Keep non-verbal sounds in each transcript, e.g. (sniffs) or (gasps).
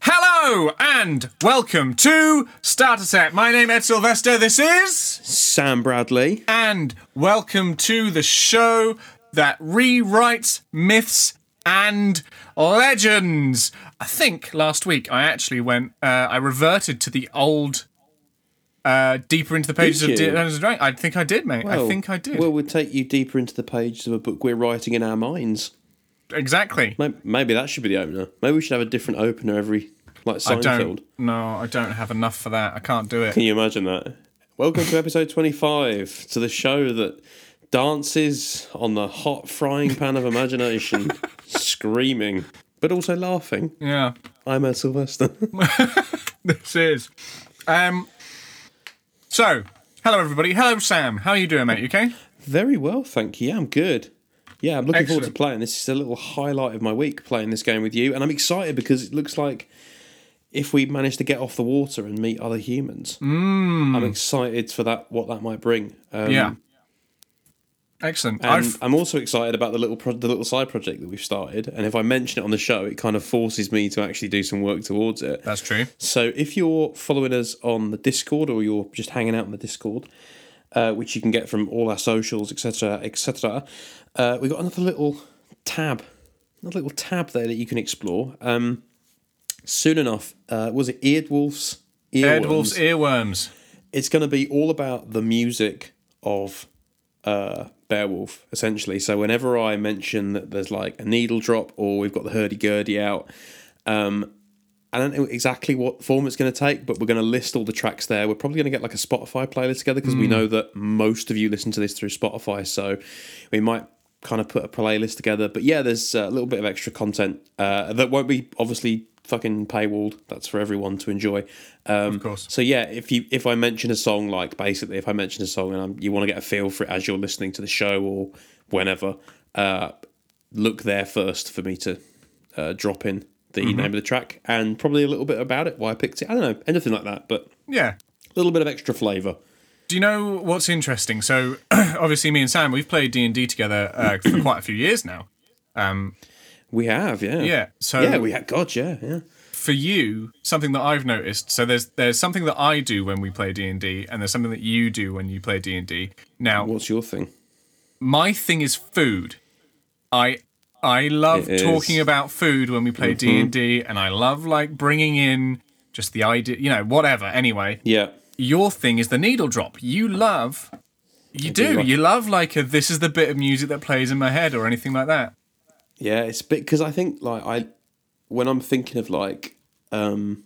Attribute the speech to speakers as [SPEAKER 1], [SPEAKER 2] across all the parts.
[SPEAKER 1] Hello and welcome to Starter Set. My name Ed Sylvester. This is
[SPEAKER 2] Sam Bradley.
[SPEAKER 1] and welcome to the show that rewrites myths and legends. I think last week I actually went. Uh, I reverted to the old, uh, deeper into the pages of
[SPEAKER 2] Did you?
[SPEAKER 1] Dungeons and Dragons. I think I did, mate. I think I did.
[SPEAKER 2] Well, we'll take you deeper into the pages of a book we're writing in our minds.
[SPEAKER 1] exactly.
[SPEAKER 2] May- Maybe that should be the opener. Maybe we should have a different opener every, like
[SPEAKER 1] I don't.
[SPEAKER 2] Seinfeld.
[SPEAKER 1] No, I don't have enough for that. I can't do it.
[SPEAKER 2] Can you imagine that? Welcome to episode 25, to the show that dances on the hot frying pan of imagination,
[SPEAKER 1] (laughs)
[SPEAKER 2] screaming, but also laughing.
[SPEAKER 1] Yeah.
[SPEAKER 2] I'm Ed Sylvester.
[SPEAKER 1] (laughs) This is. Um. So, hello everybody. Hello Sam. How are you doing, mate? You okay?
[SPEAKER 2] Very well, thank you. Yeah, I'm good. Yeah, I'm looking forward
[SPEAKER 1] Excellent.
[SPEAKER 2] to playing. This is a little highlight of my week playing this game with you, and I'm excited because it looks like if we manage to get off the water and meet other humans, I'm excited for that. What that might bring. Um,
[SPEAKER 1] Mm. yeah. Excellent.
[SPEAKER 2] And
[SPEAKER 1] I've,
[SPEAKER 2] I'm also excited about the little pro- the little side project that we've started, and if I mention it on the show, it kind of forces me to actually do some work towards it.
[SPEAKER 1] that's true.
[SPEAKER 2] So if you're following us on the Discord or you're just hanging out on the Discord, uh, which you can get from all our socials, etc., etc., uh, we got another little tab, another little tab there that you can explore. Um, soon enough, uh, was it Eardwolf's Earworms?
[SPEAKER 1] Eardwolf's earworms.
[SPEAKER 2] It's going to be all about the music of uh, Beowulf, essentially. So whenever I mention that there's like a needle drop or we've got the hurdy gurdy out, I don't know exactly what form it's going to take, but we're going to list all the tracks there. We're probably going to get like a Spotify playlist together because
[SPEAKER 1] Hmm.
[SPEAKER 2] we know that most of you listen to this through Spotify. So we might kind of put a playlist together. But yeah, there's a little bit of extra content uh, that won't be obviously fucking paywalled. That's for everyone to enjoy. Um,
[SPEAKER 1] Of course.
[SPEAKER 2] so yeah, if you if I mention a song, like basically if I mention a song and i you want to get a feel for it as you're listening to the show or whenever, uh, look there first for me to uh, drop in the name of the track and probably a little bit about it, why I picked it. I don't know anything like that, but
[SPEAKER 1] Yeah.
[SPEAKER 2] a little bit of extra flavour.
[SPEAKER 1] Do you know what's interesting? So, (clears throat) obviously, me and Sam, we've played D and D together uh, (clears throat) for quite a few years now. Um,
[SPEAKER 2] We have, yeah, um,
[SPEAKER 1] Yeah. So
[SPEAKER 2] yeah. We had God, yeah, yeah.
[SPEAKER 1] for you, something that I've noticed. So there's there's something that I do when we play D and D, and there's something that you do when you play D and D. Now,
[SPEAKER 2] What's your thing?
[SPEAKER 1] my thing is food. I I love
[SPEAKER 2] It is. Mm-hmm.
[SPEAKER 1] talking about food when we play D and D, and I love like bringing in just the idea, you know, whatever. Anyway,
[SPEAKER 2] Yeah,
[SPEAKER 1] your thing is the needle drop. You love, you
[SPEAKER 2] do
[SPEAKER 1] do,
[SPEAKER 2] love-
[SPEAKER 1] you love like a this is the bit of music that plays in my head or anything like that.
[SPEAKER 2] yeah. It's because I think like I when I'm thinking of like um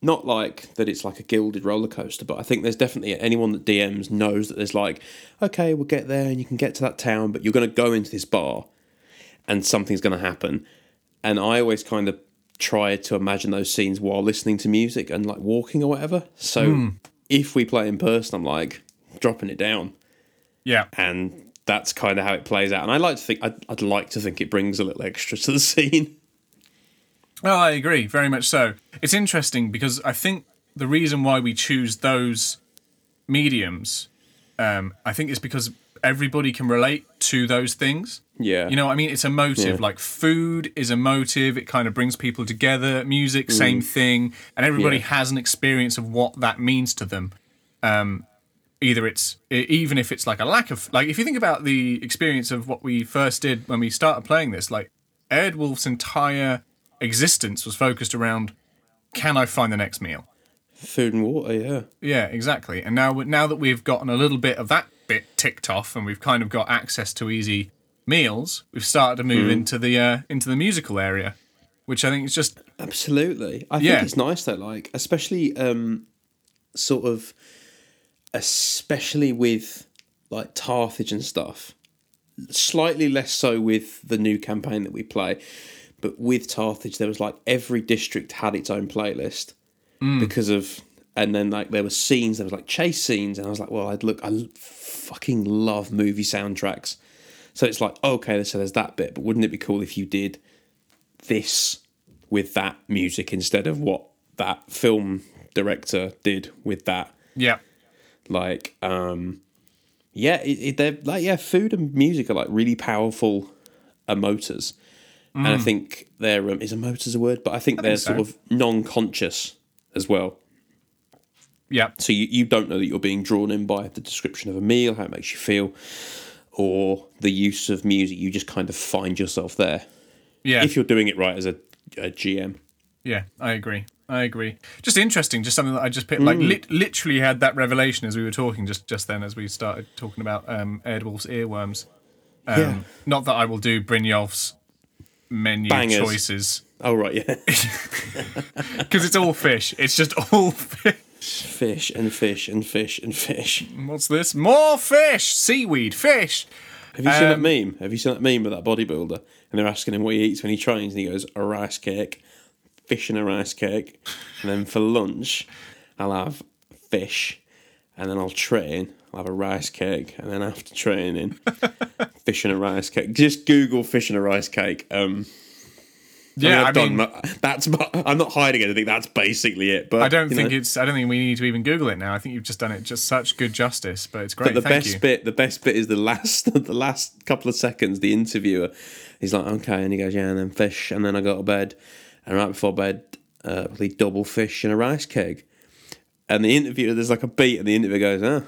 [SPEAKER 2] not like that it's like a gilded roller coaster, but I think there's definitely anyone that DMs knows that there's like, okay, we'll get there and you can get to that town, but you're going to go into this bar and something's going to happen. And I always kind of try to imagine those scenes while listening to music and like walking or whatever. So if we play in person, I'm like dropping it down.
[SPEAKER 1] Yeah,
[SPEAKER 2] and that's kind of how it plays out. And I like to think I'd, I'd like to think it brings a little extra to the (laughs) scene.
[SPEAKER 1] well, I agree very much. So it's interesting because I think the reason why we choose those mediums, um, I think, is because everybody can relate to those things.
[SPEAKER 2] Yeah,
[SPEAKER 1] You know, what I mean, it's emotive. Like food is emotive. It kind of brings people together. Music, same thing, and everybody
[SPEAKER 2] Mm. Yeah.
[SPEAKER 1] has an experience of what that means to them. Um, either it's e- even if it's like a lack of like if you think about the experience of what we first did when we started playing this, like Ed Wolf's entire existence was focused around can I find the next meal?
[SPEAKER 2] food and water. Yeah,
[SPEAKER 1] Yeah, exactly. And now, now that we've gotten a little bit of that bit ticked off, and we've kind of got access to easy meals, we've started to
[SPEAKER 2] Mm.
[SPEAKER 1] move into the uh, into the musical area, which I think is just
[SPEAKER 2] absolutely. I
[SPEAKER 1] Yeah.
[SPEAKER 2] think it's nice though, like especially um, sort of, especially with like Tarthage and stuff. Slightly less so with the new campaign that we play, but with Tarthage, there was like every district had its own playlist. because of and then like there were scenes there was like chase scenes and i was like well i'd look i l- fucking love movie soundtracks so it's like okay so there's that bit but wouldn't it be cool if you did this with that music instead of what that film director did with that
[SPEAKER 1] yeah,
[SPEAKER 2] like um yeah it, it, they're like yeah food and music are like really powerful emoters and I think they're um, is emote is a word, but Mm. I think they're sort
[SPEAKER 1] so.
[SPEAKER 2] of non-conscious as well.
[SPEAKER 1] Yeah.
[SPEAKER 2] So you, you don't know that you're being drawn in by the description of a meal, how it makes you feel, or the use of music. You just kind of find yourself there
[SPEAKER 1] Yeah.
[SPEAKER 2] if you're doing it right as a, a GM.
[SPEAKER 1] Yeah, I agree. I agree. Just interesting. Just something that I just picked. Like
[SPEAKER 2] Mm.
[SPEAKER 1] lit- literally had that revelation as we were talking just just then as we started talking about um, Ed Wolf's earworms. Um,
[SPEAKER 2] Yeah.
[SPEAKER 1] Not that I will do Brynjolf's menu
[SPEAKER 2] Bangers.
[SPEAKER 1] choices
[SPEAKER 2] Oh right, yeah,
[SPEAKER 1] because it's all fish. It's just all (laughs) fish.
[SPEAKER 2] fish and fish and fish and fish.
[SPEAKER 1] What's this? More fish, seaweed, fish.
[SPEAKER 2] Have you
[SPEAKER 1] Um,
[SPEAKER 2] seen that meme? Have you seen that meme with that bodybuilder? And they're asking him what he eats when he trains, and he goes, a rice cake, fish and a rice cake. And then for lunch, I'll have fish, and then I'll train, I'll have a rice cake, and then after training, (laughs) fish and a rice cake. Just Google fish and a rice cake. Um,
[SPEAKER 1] Yeah, I
[SPEAKER 2] I've
[SPEAKER 1] mean,
[SPEAKER 2] done that. that's. I'm not hiding anything. That's basically it. But
[SPEAKER 1] I don't
[SPEAKER 2] you
[SPEAKER 1] think
[SPEAKER 2] know,
[SPEAKER 1] it's. I don't think we need to even Google it now. I think you've just done it just such good justice. But it's great.
[SPEAKER 2] the
[SPEAKER 1] Thank
[SPEAKER 2] best
[SPEAKER 1] you.
[SPEAKER 2] bit the best bit is the last (laughs) the last couple of seconds the interviewer he's like okay and he goes yeah and then fish and then i go to bed and right before bed uh probably double fish and a rice cake and the interviewer there's like a beat and the interviewer goes oh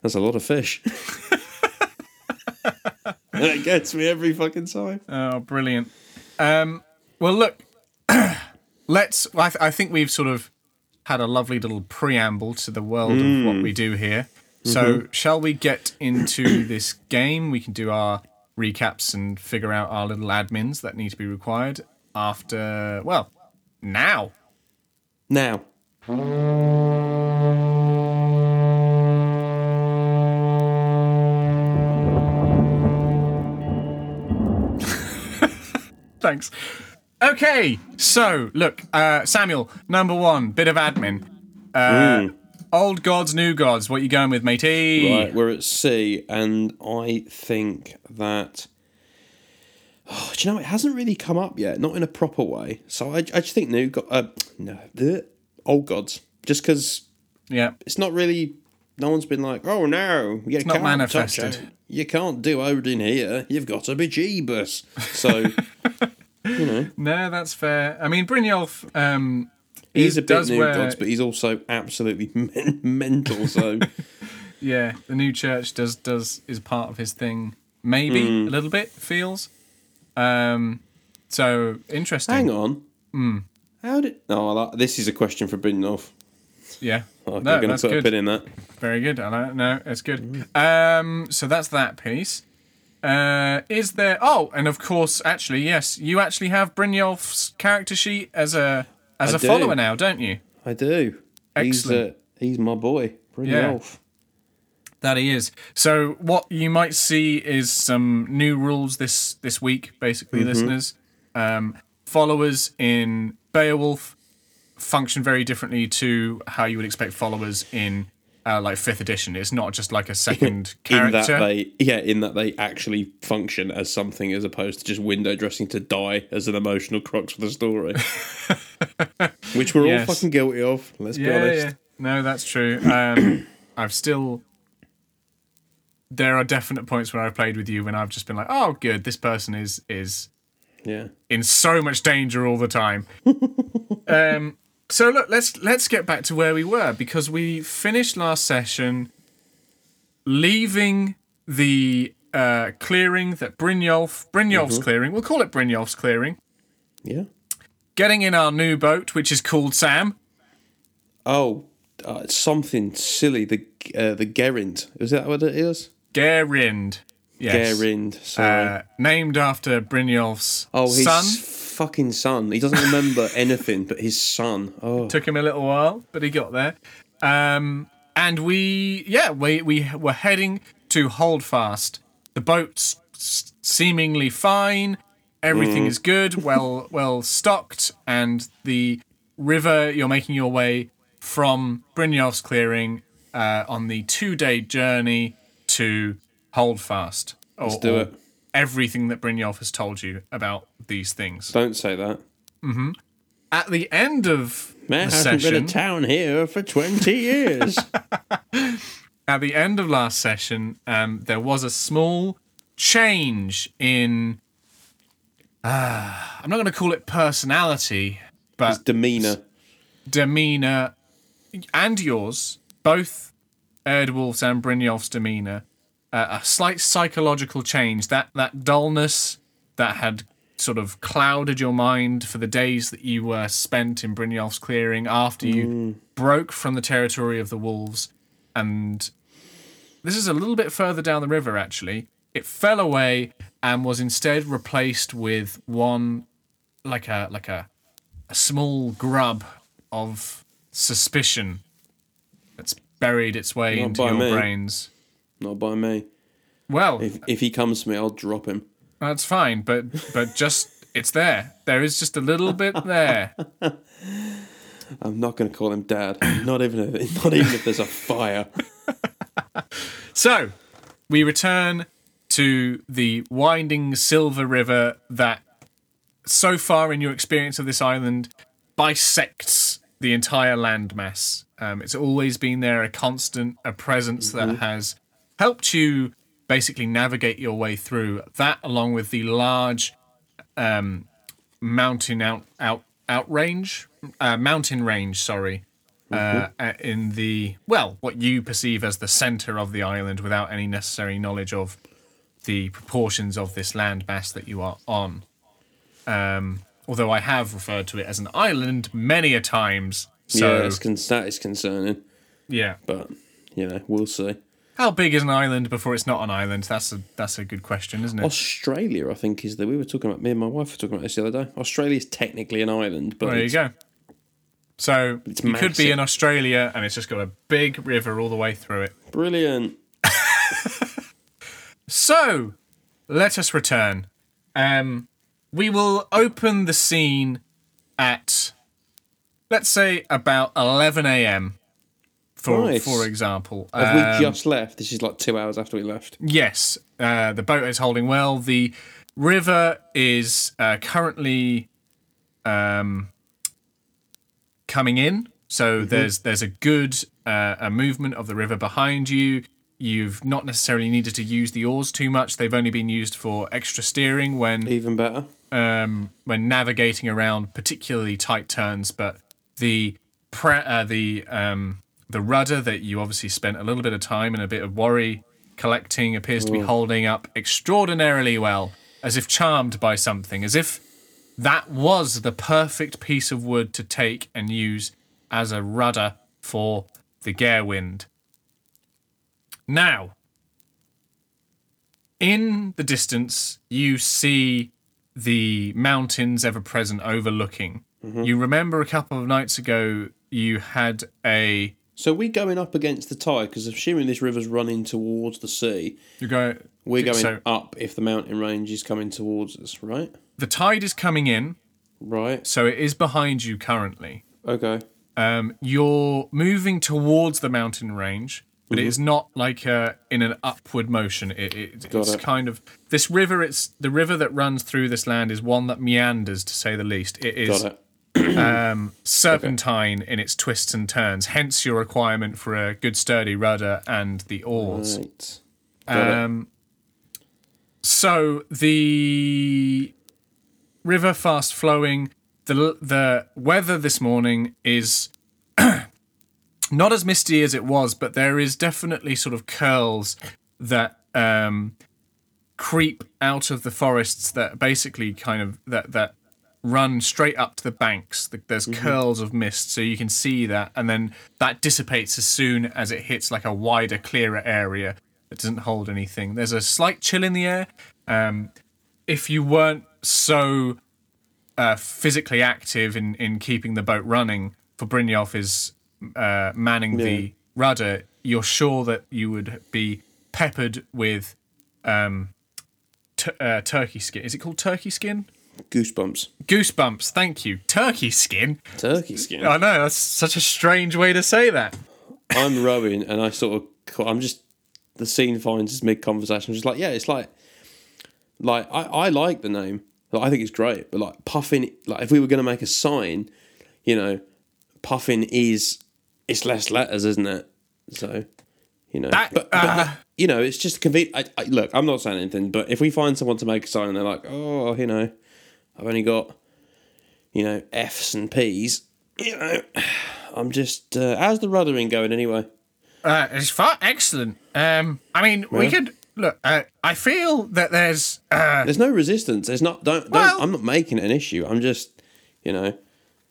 [SPEAKER 2] that's a lot of fish (laughs) and it gets me every fucking time
[SPEAKER 1] Oh, brilliant. Um, well, look, (clears throat) let's. I, th- I think we've sort of had a lovely little preamble to the world of what
[SPEAKER 2] Hmm.
[SPEAKER 1] we do here. So,
[SPEAKER 2] Mm-hmm.
[SPEAKER 1] shall we get into (coughs) this game? We can do our recaps and figure out our little admins that need to be required after, well, now.
[SPEAKER 2] now
[SPEAKER 1] Thanks. Okay, so look, uh, Samuel, number one, bit of admin.
[SPEAKER 2] Hmm.
[SPEAKER 1] Uh, Old gods, new gods. What you going with, matey?
[SPEAKER 2] Right, we're at C, and I think that. (sighs) Oh, do you know it hasn't really come up yet? Not in a proper way. So I, I just think new god, uh, no, the old gods. Just because
[SPEAKER 1] Yeah.
[SPEAKER 2] it's not really, no one's been like, oh no, you
[SPEAKER 1] not
[SPEAKER 2] can't touch
[SPEAKER 1] manifested.
[SPEAKER 2] it. You can't do Odin here. You've got to be Jeebus. So
[SPEAKER 1] (laughs) No, that's fair. I mean, Brynjolf, um,
[SPEAKER 2] he's a bit
[SPEAKER 1] does
[SPEAKER 2] new
[SPEAKER 1] wear-
[SPEAKER 2] gods, but he's also absolutely (laughs) men-
[SPEAKER 1] (laughs)
[SPEAKER 2] mental. So
[SPEAKER 1] yeah, the new church does does is part of his thing. Maybe
[SPEAKER 2] Hmm.
[SPEAKER 1] a little bit feels. Um, so interesting.
[SPEAKER 2] hang on.
[SPEAKER 1] Hmm.
[SPEAKER 2] How did? Oh, that, this is a question for Brynolf.
[SPEAKER 1] Yeah, no,
[SPEAKER 2] Oh, I'm going to
[SPEAKER 1] that's
[SPEAKER 2] put a
[SPEAKER 1] good.
[SPEAKER 2] pin in that.
[SPEAKER 1] Very good. I like no, it's good. Um, so that's that piece. Uh, is there? Oh, and of course, actually, yes, you actually have Brynjolf's character sheet as a as a
[SPEAKER 2] do.
[SPEAKER 1] follower now, don't you?
[SPEAKER 2] I do.
[SPEAKER 1] Excellent.
[SPEAKER 2] He's, uh, he's my boy, Bryn
[SPEAKER 1] Yeah.
[SPEAKER 2] Elf.
[SPEAKER 1] That he is. So what you might see is some new rules this this week, basically, listeners. Um, followers in Beowulf function very differently to how you would expect followers in uh, like fifth edition. It's not just like a second
[SPEAKER 2] In
[SPEAKER 1] character.
[SPEAKER 2] that they, yeah, in that they actually function as something as opposed to just window dressing to die as an emotional crux for
[SPEAKER 1] (laughs)
[SPEAKER 2] the story, which we're
[SPEAKER 1] Yes.
[SPEAKER 2] all fucking guilty of. Let's be
[SPEAKER 1] yeah,
[SPEAKER 2] honest.
[SPEAKER 1] yeah. No, that's true.
[SPEAKER 2] (clears throat)
[SPEAKER 1] Um, I've still. There are definite points where I've played with you when I've just been like, "Oh, good, this person is is
[SPEAKER 2] Yeah.
[SPEAKER 1] in so much danger all the
[SPEAKER 2] (laughs)
[SPEAKER 1] time. um, so look, let's let's get back to where we were because we finished last session, leaving the uh, clearing that Brynjolf Brynjolf's
[SPEAKER 2] Mm-hmm.
[SPEAKER 1] clearing. We'll call it Brynjolf's clearing.
[SPEAKER 2] yeah,
[SPEAKER 1] Getting in our new boat, which is called Sam.
[SPEAKER 2] Oh, uh, something silly. The uh, the Gerind is that what it is?
[SPEAKER 1] Gerind. Yes.
[SPEAKER 2] Gerind. Sorry.
[SPEAKER 1] Uh, named after Brynjolf's
[SPEAKER 2] oh, his
[SPEAKER 1] son.
[SPEAKER 2] fucking son. He doesn't remember (laughs) anything, but his son. Oh,
[SPEAKER 1] took him a little while, but he got there. Um, and we, yeah, we we were heading to Holdfast. The boat's s- seemingly fine.
[SPEAKER 2] Mm.
[SPEAKER 1] Everything is good,
[SPEAKER 2] (laughs)
[SPEAKER 1] well well stocked, and the river. You're making your way from Brynjolf's clearing uh, on the two day journey to Holdfast. Or, Let's
[SPEAKER 2] do it.
[SPEAKER 1] Everything that Brynjolf has told you about these things.
[SPEAKER 2] don't say that.
[SPEAKER 1] At the end of
[SPEAKER 2] Man,
[SPEAKER 1] the
[SPEAKER 2] I haven't been
[SPEAKER 1] session,
[SPEAKER 2] in town here for
[SPEAKER 1] (laughs)
[SPEAKER 2] 20 years.
[SPEAKER 1] at the end of last session, um, there was a small change in I'm not going to call it personality,
[SPEAKER 2] His
[SPEAKER 1] but (laughs)
[SPEAKER 2] demeanor.
[SPEAKER 1] demeanor and yours, both Erdwulf's and Brynjolf's demeanor, uh, a slight psychological change. That that dullness that had sort of clouded your mind for the days that you were spent in Brynjolf's clearing after
[SPEAKER 2] Mm.
[SPEAKER 1] you broke from the territory of the wolves, and this is a little bit further down the river actually. It fell away and was instead replaced with one like a like a a small grub of suspicion that's buried its way
[SPEAKER 2] Not
[SPEAKER 1] into
[SPEAKER 2] by
[SPEAKER 1] your
[SPEAKER 2] me.
[SPEAKER 1] brains.
[SPEAKER 2] Not by me.
[SPEAKER 1] Well,
[SPEAKER 2] If, if he comes to me, I'll drop him.
[SPEAKER 1] that's fine, but but just it's there. There is just a little bit there.
[SPEAKER 2] I'm not going to call him dad. (clears throat) Not even if, not even if there's a fire.
[SPEAKER 1] So, we return to the winding silver river that, so far in your experience of this island, bisects the entire landmass. Um, it's always been there, a constant, a presence that has helped you basically navigate your way through. That, along with the large mountain out out outrange uh, mountain range sorry uh,
[SPEAKER 2] Mm-hmm.
[SPEAKER 1] uh, in the well what you perceive as the center of the island without any necessary knowledge of the proportions of this landmass that you are on um, although i have referred to it as an island many a times (laughs) so
[SPEAKER 2] yeah, it's con- that is concerning.
[SPEAKER 1] yeah
[SPEAKER 2] But, you know, we'll see.
[SPEAKER 1] how big is an island before it's not an island that's a that's a good question isn't it
[SPEAKER 2] Australia, I think, is that we were talking about. Me and my wife were talking about this the other day. Australia is technically an island, but
[SPEAKER 1] There you
[SPEAKER 2] it's-
[SPEAKER 1] go. So
[SPEAKER 2] It's
[SPEAKER 1] you could be
[SPEAKER 2] massive.
[SPEAKER 1] in Australia, and it's just got a big river all the way through it.
[SPEAKER 2] brilliant.
[SPEAKER 1] So let us return. Um, we will open the scene at let's say about eleven a.m. For
[SPEAKER 2] Nice.
[SPEAKER 1] for example,
[SPEAKER 2] Have
[SPEAKER 1] Um,
[SPEAKER 2] we just left? This is like two hours after we left.
[SPEAKER 1] Yes, uh, the boat is holding well. The river is uh, currently um, coming in, so there's there's a good uh, a movement of the river behind you. You've not necessarily needed to use the oars too much. They've only been used for extra steering when
[SPEAKER 2] Even better.
[SPEAKER 1] um, when navigating around particularly tight turns, but the pre- uh, the um, the rudder that you obviously spent a little bit of time and a bit of worry collecting appears to be holding up extraordinarily well, as if charmed by something, as if that was the perfect piece of wood to take and use as a rudder for the Garewind. Now, in the distance, you see the mountains ever present overlooking.
[SPEAKER 2] Mm-hmm.
[SPEAKER 1] You remember a couple of nights ago, you had a.
[SPEAKER 2] So we're going up against the tide because assuming this river's running towards the sea,
[SPEAKER 1] You go.
[SPEAKER 2] we're going
[SPEAKER 1] So
[SPEAKER 2] up if the mountain range is coming towards us, right?
[SPEAKER 1] the tide is coming in,
[SPEAKER 2] Right.
[SPEAKER 1] so it is behind you currently.
[SPEAKER 2] Okay.
[SPEAKER 1] Um, you're moving towards the mountain range, but
[SPEAKER 2] Mm-hmm.
[SPEAKER 1] it is not like uh, in an upward motion. It, it, it's
[SPEAKER 2] it.
[SPEAKER 1] kind of this river. It's the river that runs through this land is one that meanders, to say the least. It is
[SPEAKER 2] Got it.
[SPEAKER 1] serpentine in its twists and turns. Hence your requirement for a good sturdy rudder and the oars.
[SPEAKER 2] Right. Got it.
[SPEAKER 1] So the river fast flowing. The the weather this morning is (clears throat) not as misty as it was, but there is definitely sort of curls that um, creep out of the forests that basically kind of that that run straight up to the banks. The- There's curls of mist, so you can see that, and then that dissipates as soon as it hits like a wider, clearer area that doesn't hold anything. There's a slight chill in the air. Um, if you weren't so uh, physically active in, in keeping the boat running, for Brynjolf is uh, manning the rudder, you're sure that you would be peppered with um, t- uh, turkey skin. Is it called turkey skin?
[SPEAKER 2] Goosebumps.
[SPEAKER 1] Goosebumps, thank you. Turkey skin?
[SPEAKER 2] Turkey skin.
[SPEAKER 1] I know, that's such a strange way to say that.
[SPEAKER 2] I'm rowing, and I sort of, I'm just, the scene finds us mid conversation. Just like, yeah, it's like, like I, I like the name. Like, I think it's great, but like puffin, like if we were going to make a sign, you know, puffin is, it's less letters, isn't it? So, you know,
[SPEAKER 1] That-
[SPEAKER 2] but, but that- you know, it's just convenient. I, I, look, I'm not saying anything, but if we find someone to make a sign, and they're like, oh, you know, I've only got, you know, Fs and Ps. You know, I'm just. Uh, how's the ruddering going anyway?
[SPEAKER 1] Uh, it's far excellent. Um, I mean, we
[SPEAKER 2] Yeah.
[SPEAKER 1] could look. Uh, I feel that there's uh,
[SPEAKER 2] There's no resistance. There's not. Don't. don't
[SPEAKER 1] Well-
[SPEAKER 2] I'm not making it an issue. I'm just, you know,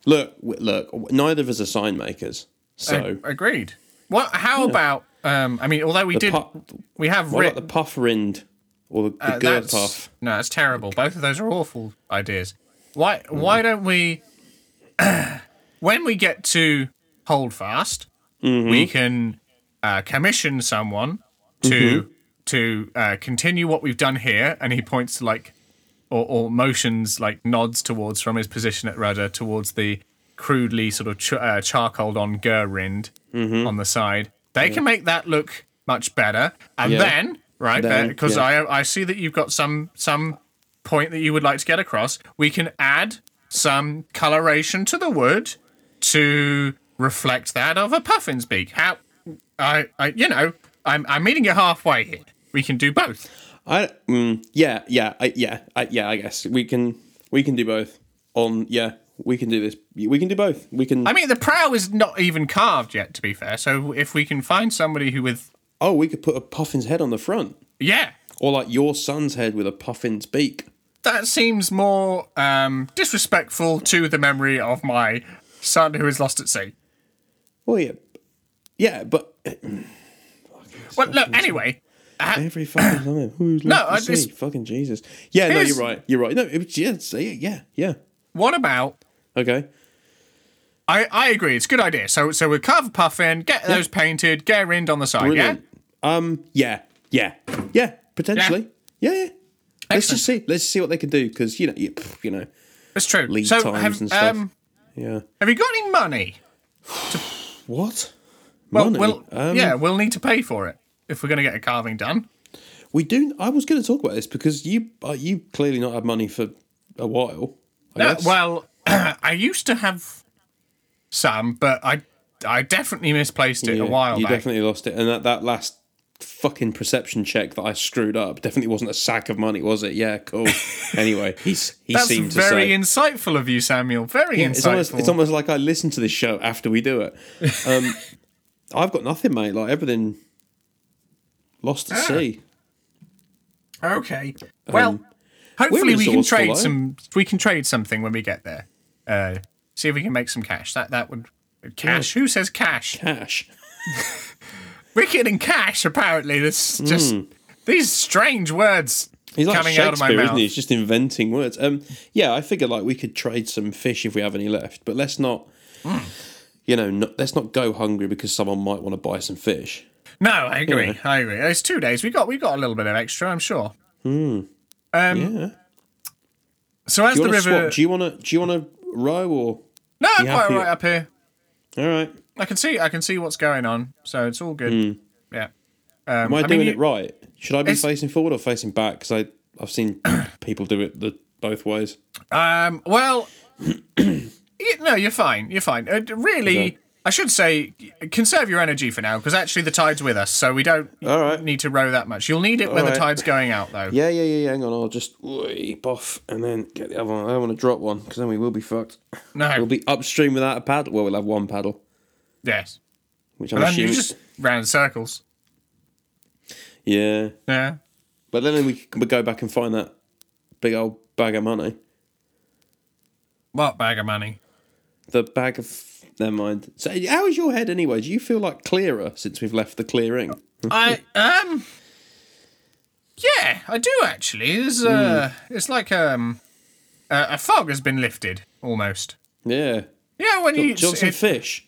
[SPEAKER 2] look, w- look. Neither of us are sign makers, so
[SPEAKER 1] a- (laughs) agreed. What? How about? Um, I mean, although we did,
[SPEAKER 2] pu-
[SPEAKER 1] we have
[SPEAKER 2] what
[SPEAKER 1] writ-
[SPEAKER 2] about the puff rind or the
[SPEAKER 1] Uh,
[SPEAKER 2] gird
[SPEAKER 1] that's-
[SPEAKER 2] puff?
[SPEAKER 1] No, that's terrible. Both of those are awful ideas. Why
[SPEAKER 2] Mm-hmm.
[SPEAKER 1] why don't we (clears throat) when we get to Holdfast,
[SPEAKER 2] Mm-hmm.
[SPEAKER 1] we can uh, commission someone
[SPEAKER 2] Mm-hmm.
[SPEAKER 1] to to uh, continue what we've done here and he points to like or, or motions like nods towards from his position at rudder towards the crudely sort of ch- uh, charcoaled on Gerind
[SPEAKER 2] Mm-hmm.
[SPEAKER 1] on the side. They can make that look much better, and
[SPEAKER 2] Yeah.
[SPEAKER 1] then right
[SPEAKER 2] Then,
[SPEAKER 1] because
[SPEAKER 2] yeah.
[SPEAKER 1] I I see that you've got some some point that you would like to get across. We can add some coloration to the wood to reflect that of a puffin's beak. How I, I you know I'm I'm meeting you halfway here. We can do both.
[SPEAKER 2] I mm, yeah yeah I, yeah I, yeah I guess we can we can do both on yeah we can do this we can do both we can
[SPEAKER 1] I mean, the prow is not even carved yet, to be fair. So if we can find somebody who with
[SPEAKER 2] oh we could put a puffin's head on the front
[SPEAKER 1] yeah,
[SPEAKER 2] or like your son's head with a puffin's beak
[SPEAKER 1] that seems more um, disrespectful to the memory of my son who is lost at sea.
[SPEAKER 2] well Oh, yeah yeah but
[SPEAKER 1] Well, look, anyway,
[SPEAKER 2] every
[SPEAKER 1] (coughs)
[SPEAKER 2] fucking time who's no
[SPEAKER 1] I
[SPEAKER 2] I see?
[SPEAKER 1] just-
[SPEAKER 2] fucking Jesus yeah no
[SPEAKER 1] Here's-
[SPEAKER 2] you're right you're right no it, was- yeah see, yeah yeah
[SPEAKER 1] what about
[SPEAKER 2] okay
[SPEAKER 1] I, I agree. It's a good idea. So so we'll carve a puff in, get those painted, get rind on the side.
[SPEAKER 2] brilliant um yeah yeah yeah potentially yeah yeah, let's
[SPEAKER 1] Excellent.
[SPEAKER 2] just see let's see what they can do because you know you, pff, you know
[SPEAKER 1] Yeah, that's true.
[SPEAKER 2] Lead
[SPEAKER 1] so
[SPEAKER 2] times
[SPEAKER 1] have,
[SPEAKER 2] and stuff.
[SPEAKER 1] Um,
[SPEAKER 2] yeah
[SPEAKER 1] have you got any money?
[SPEAKER 2] What?
[SPEAKER 1] Well,
[SPEAKER 2] Money?
[SPEAKER 1] we'll
[SPEAKER 2] um,
[SPEAKER 1] yeah, we'll need to pay for it if we're going to get a carving done.
[SPEAKER 2] We do. I was going to talk about this because you uh, you clearly not had money for a while. I
[SPEAKER 1] Uh,
[SPEAKER 2] guess.
[SPEAKER 1] well, (clears throat) I used to have some, but I I definitely misplaced it
[SPEAKER 2] Yeah,
[SPEAKER 1] a while
[SPEAKER 2] you
[SPEAKER 1] back.
[SPEAKER 2] definitely lost it, and that that last fucking perception check that I screwed up definitely wasn't a sack of money, was it?
[SPEAKER 1] (laughs)
[SPEAKER 2] Yeah, cool. anyway, he's he
[SPEAKER 1] That's
[SPEAKER 2] seemed to
[SPEAKER 1] very
[SPEAKER 2] say.
[SPEAKER 1] insightful of you, Samuel. Very insightful.
[SPEAKER 2] it's almost, it's almost like I listen to this show after we do it.
[SPEAKER 1] (laughs)
[SPEAKER 2] Um, I've got nothing, mate. Like everything lost at
[SPEAKER 1] Ah.
[SPEAKER 2] sea.
[SPEAKER 1] okay. Well, hopefully
[SPEAKER 2] we're
[SPEAKER 1] we can
[SPEAKER 2] Um, resourceful,
[SPEAKER 1] trade
[SPEAKER 2] though.
[SPEAKER 1] some. We can trade something when we get there. Uh, see if we can make some cash. That that would
[SPEAKER 2] Mm.
[SPEAKER 1] cash. Who says cash?
[SPEAKER 2] Cash.
[SPEAKER 1] We're getting cash. Apparently, this is just these strange words
[SPEAKER 2] Mm. He's like
[SPEAKER 1] coming
[SPEAKER 2] Shakespeare,
[SPEAKER 1] out of my
[SPEAKER 2] isn't
[SPEAKER 1] mouth.
[SPEAKER 2] he? He's just inventing words. Um, yeah, I figure like we could trade some fish if we have any left, but let's not.
[SPEAKER 1] Hmm.
[SPEAKER 2] You know, no, let's not go hungry because someone might want to buy some fish.
[SPEAKER 1] No, I agree. I agree. It's two days. We got we got a little bit of extra. I'm sure. Um,
[SPEAKER 2] Hmm. Yeah.
[SPEAKER 1] So as
[SPEAKER 2] Do you
[SPEAKER 1] the
[SPEAKER 2] want to
[SPEAKER 1] river,
[SPEAKER 2] swap? Do you want to? Do you want to row or?
[SPEAKER 1] no, I'm quite
[SPEAKER 2] happy?
[SPEAKER 1] right up here.
[SPEAKER 2] All right.
[SPEAKER 1] I can see I can see what's going on, so it's all good.
[SPEAKER 2] Hmm.
[SPEAKER 1] Yeah.
[SPEAKER 2] Am I,
[SPEAKER 1] Um, mean,
[SPEAKER 2] doing
[SPEAKER 1] you-
[SPEAKER 2] it right? Should I be
[SPEAKER 1] It's-
[SPEAKER 2] facing forward or facing back? Because I I've seen
[SPEAKER 1] (coughs)
[SPEAKER 2] people do it the both ways.
[SPEAKER 1] Um.
[SPEAKER 2] (coughs)
[SPEAKER 1] Well, y- no, you're fine. You're fine. Uh, d- really,
[SPEAKER 2] Okay.
[SPEAKER 1] I should say c- conserve your energy for now because actually the tide's with us, so we don't
[SPEAKER 2] All right.
[SPEAKER 1] need to row that much. You'll need it when the
[SPEAKER 2] right.
[SPEAKER 1] tide's going out, though.
[SPEAKER 2] Yeah, yeah, yeah. yeah. Hang on, I'll just wee, boff and then get the other one. I don't want to drop one because then we will be fucked.
[SPEAKER 1] No.
[SPEAKER 2] We'll be upstream without a paddle. Well, we'll have one paddle,
[SPEAKER 1] yes.
[SPEAKER 2] which I'm
[SPEAKER 1] And you
[SPEAKER 2] assuming.
[SPEAKER 1] just ran in circles.
[SPEAKER 2] Yeah.
[SPEAKER 1] Yeah.
[SPEAKER 2] But then we we go back and find that big old bag of money.
[SPEAKER 1] What bag of money?
[SPEAKER 2] The bag of never mind. So how is your head anyway? Do you feel like clearer since we've left the clearing? Hmm?
[SPEAKER 1] I um Yeah, I do actually. There's uh
[SPEAKER 2] Hmm.
[SPEAKER 1] it's like um a, a fog has been lifted almost.
[SPEAKER 2] Yeah.
[SPEAKER 1] Yeah, when you
[SPEAKER 2] Do you want some
[SPEAKER 1] it-
[SPEAKER 2] fish?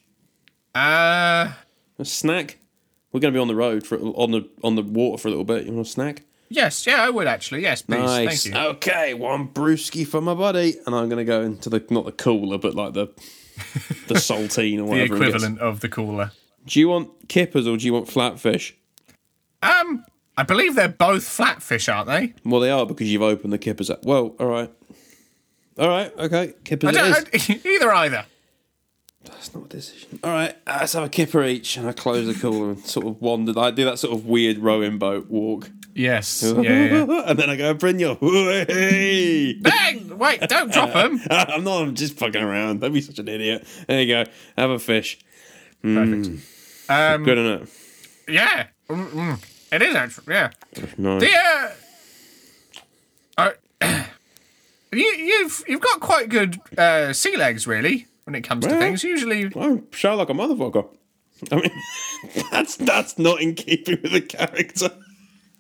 [SPEAKER 1] uh
[SPEAKER 2] A snack? We're gonna be on the road for on the on the water for a little bit. You want a snack?
[SPEAKER 1] yes, yeah, I would actually. Yes, please.
[SPEAKER 2] Nice.
[SPEAKER 1] Thank you.
[SPEAKER 2] Okay, one brewski for my buddy, and I'm gonna go into the not the cooler, but like the
[SPEAKER 1] (laughs)
[SPEAKER 2] the saltine or
[SPEAKER 1] the
[SPEAKER 2] whatever. it gets.
[SPEAKER 1] equivalent of the cooler.
[SPEAKER 2] Do you want kippers or do you want flatfish?
[SPEAKER 1] Um I believe they're both flatfish, aren't they?
[SPEAKER 2] Well, they are because you've opened the kippers up. Well, all right. All right, okay. Kippers
[SPEAKER 1] I
[SPEAKER 2] it is.
[SPEAKER 1] don't (laughs) either either.
[SPEAKER 2] That's not a decision. All right, uh, let's have a kipper each. And I close the cooler and sort of wandered. I do that sort of weird rowing boat walk.
[SPEAKER 1] Yes. Yeah,
[SPEAKER 2] (laughs)
[SPEAKER 1] yeah, yeah.
[SPEAKER 2] and then I go, Brynja, (laughs) "Hey!"
[SPEAKER 1] Bang! Wait, don't drop
[SPEAKER 2] (laughs)
[SPEAKER 1] them.
[SPEAKER 2] I'm not, I'm just fucking around. Don't be such an idiot. There you go. Have a fish. Hmm.
[SPEAKER 1] Perfect. Um,
[SPEAKER 2] Good on
[SPEAKER 1] yeah. Mm, mm. It is actually. Yeah.
[SPEAKER 2] it. Nice.
[SPEAKER 1] The, uh, uh, (clears throat) you, you've you've got quite good uh, sea legs, really, when it comes to
[SPEAKER 2] Well.
[SPEAKER 1] things. Usually, (laughs)
[SPEAKER 2] I'm shy like a motherfucker. I mean, (laughs) that's that's not in keeping with the character.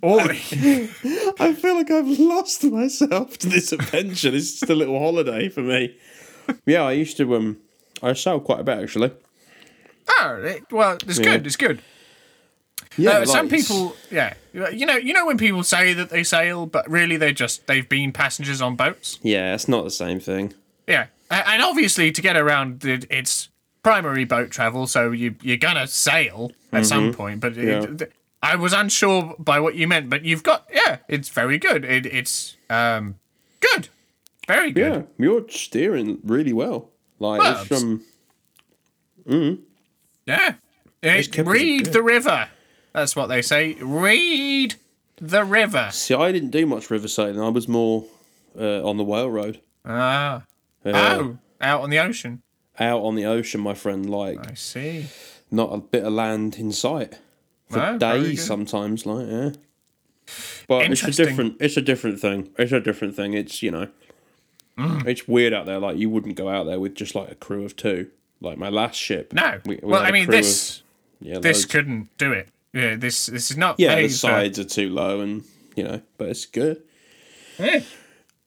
[SPEAKER 1] or
[SPEAKER 2] I feel like I've lost myself to this adventure. This is just a little holiday for me. Yeah, I used to um, I sail quite a bit actually.
[SPEAKER 1] (laughs) oh, it, well, it's good. It's good.
[SPEAKER 2] Yeah,
[SPEAKER 1] Uh, some
[SPEAKER 2] like,
[SPEAKER 1] people, yeah, you know, you know when people say that they sail, but really they just they've been passengers on boats.
[SPEAKER 2] Yeah, it's not the same thing.
[SPEAKER 1] Yeah, A- and obviously to get around, it, it's primary boat travel, so you you're gonna sail at some point. But it-
[SPEAKER 2] Mm-hmm. Yeah.
[SPEAKER 1] th- I was unsure by what you meant, but you've got yeah, it's very good. It, it's um good, very good.
[SPEAKER 2] Yeah, you're steering really well. Like
[SPEAKER 1] Well,
[SPEAKER 2] it's from
[SPEAKER 1] Yeah, It-
[SPEAKER 2] kept us
[SPEAKER 1] read
[SPEAKER 2] good.
[SPEAKER 1] the river. That's what they say. Read the river.
[SPEAKER 2] see, I didn't do much river sailing. I was more uh, on the whale road,
[SPEAKER 1] Ah, oh, out on the ocean.
[SPEAKER 2] out on the ocean, my friend. Like
[SPEAKER 1] I see.
[SPEAKER 2] not a bit of land in sight for
[SPEAKER 1] No, very good.
[SPEAKER 2] days sometimes like yeah but it's a
[SPEAKER 1] Interesting.
[SPEAKER 2] different it's a different thing it's a different thing it's you know
[SPEAKER 1] Mm.
[SPEAKER 2] it's weird out there like you wouldn't go out there with just like a crew of two like my last ship
[SPEAKER 1] No.
[SPEAKER 2] we- we
[SPEAKER 1] well,
[SPEAKER 2] had
[SPEAKER 1] I
[SPEAKER 2] a
[SPEAKER 1] mean
[SPEAKER 2] crew of-
[SPEAKER 1] this
[SPEAKER 2] yeah
[SPEAKER 1] this uh,
[SPEAKER 2] loads.
[SPEAKER 1] couldn't do it. Yeah, this this is not
[SPEAKER 2] yeah the
[SPEAKER 1] made for-
[SPEAKER 2] sides are too low and you know but it's good
[SPEAKER 1] Yeah.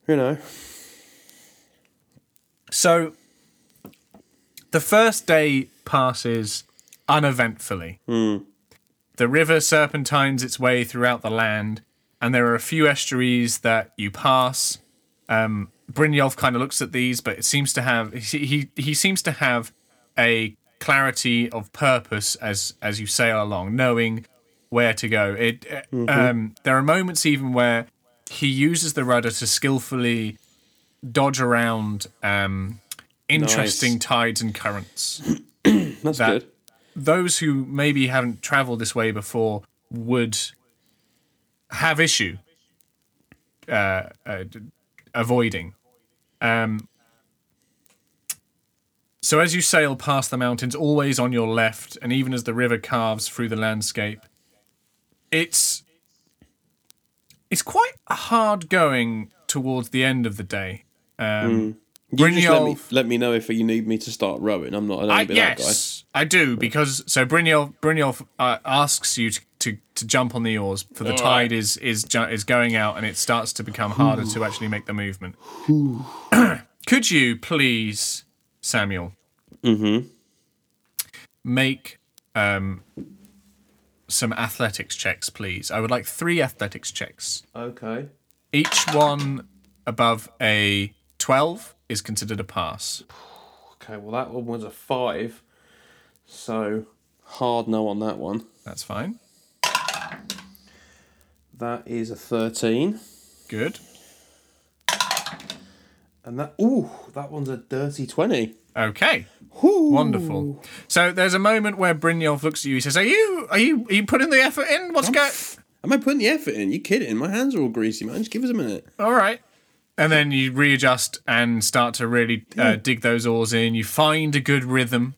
[SPEAKER 2] you know
[SPEAKER 1] So the first day passes uneventfully. The river serpentines its way throughout the land, and there are a few estuaries that you pass. Um, Brynjolf kind of looks at these, but it seems to have he, he he seems to have a clarity of purpose as as you sail along, knowing where to go. It um, there are moments even where he uses the rudder to skillfully dodge around um, interesting tides and currents.
[SPEAKER 2] that's
[SPEAKER 1] That-
[SPEAKER 2] good
[SPEAKER 1] Those who maybe haven't travelled this way before would have issue uh, uh, d- avoiding. Um, so as you sail past the mountains, always on your left, and even as the river carves through the landscape, it's it's quite hard going towards the end of the day. Um,
[SPEAKER 2] Mm. you just let me,
[SPEAKER 1] Brynjolf-
[SPEAKER 2] let me know if you need me to start rowing i'm not i don't
[SPEAKER 1] I,
[SPEAKER 2] be that
[SPEAKER 1] yes, I do because so Brynjolf Brynjolf uh, asks you to, to to jump on the oars for the tide is is ju- is going out and it starts to become harder to actually make the movement. (clears throat) Could you please, Samuel, mm-hmm. make um some athletics checks, please? I would like three athletics checks.
[SPEAKER 2] guy okay
[SPEAKER 1] Each one above a twelve is considered a pass.
[SPEAKER 2] okay well that one was a five so hard no on that one
[SPEAKER 1] That's fine.
[SPEAKER 2] That is a 13.
[SPEAKER 1] Good.
[SPEAKER 2] And that, ooh, that one's a dirty 20.
[SPEAKER 1] Okay.
[SPEAKER 2] Whew.
[SPEAKER 1] Wonderful. So there's a moment where Brynjolf looks at you. He says, "Are you are you are you putting the effort in? What's going?
[SPEAKER 2] Am I putting the effort in? You kidding? My hands are all greasy, man. Just give us a minute.
[SPEAKER 1] All right." And then you readjust and start to really uh, dig those oars in. You find a good rhythm,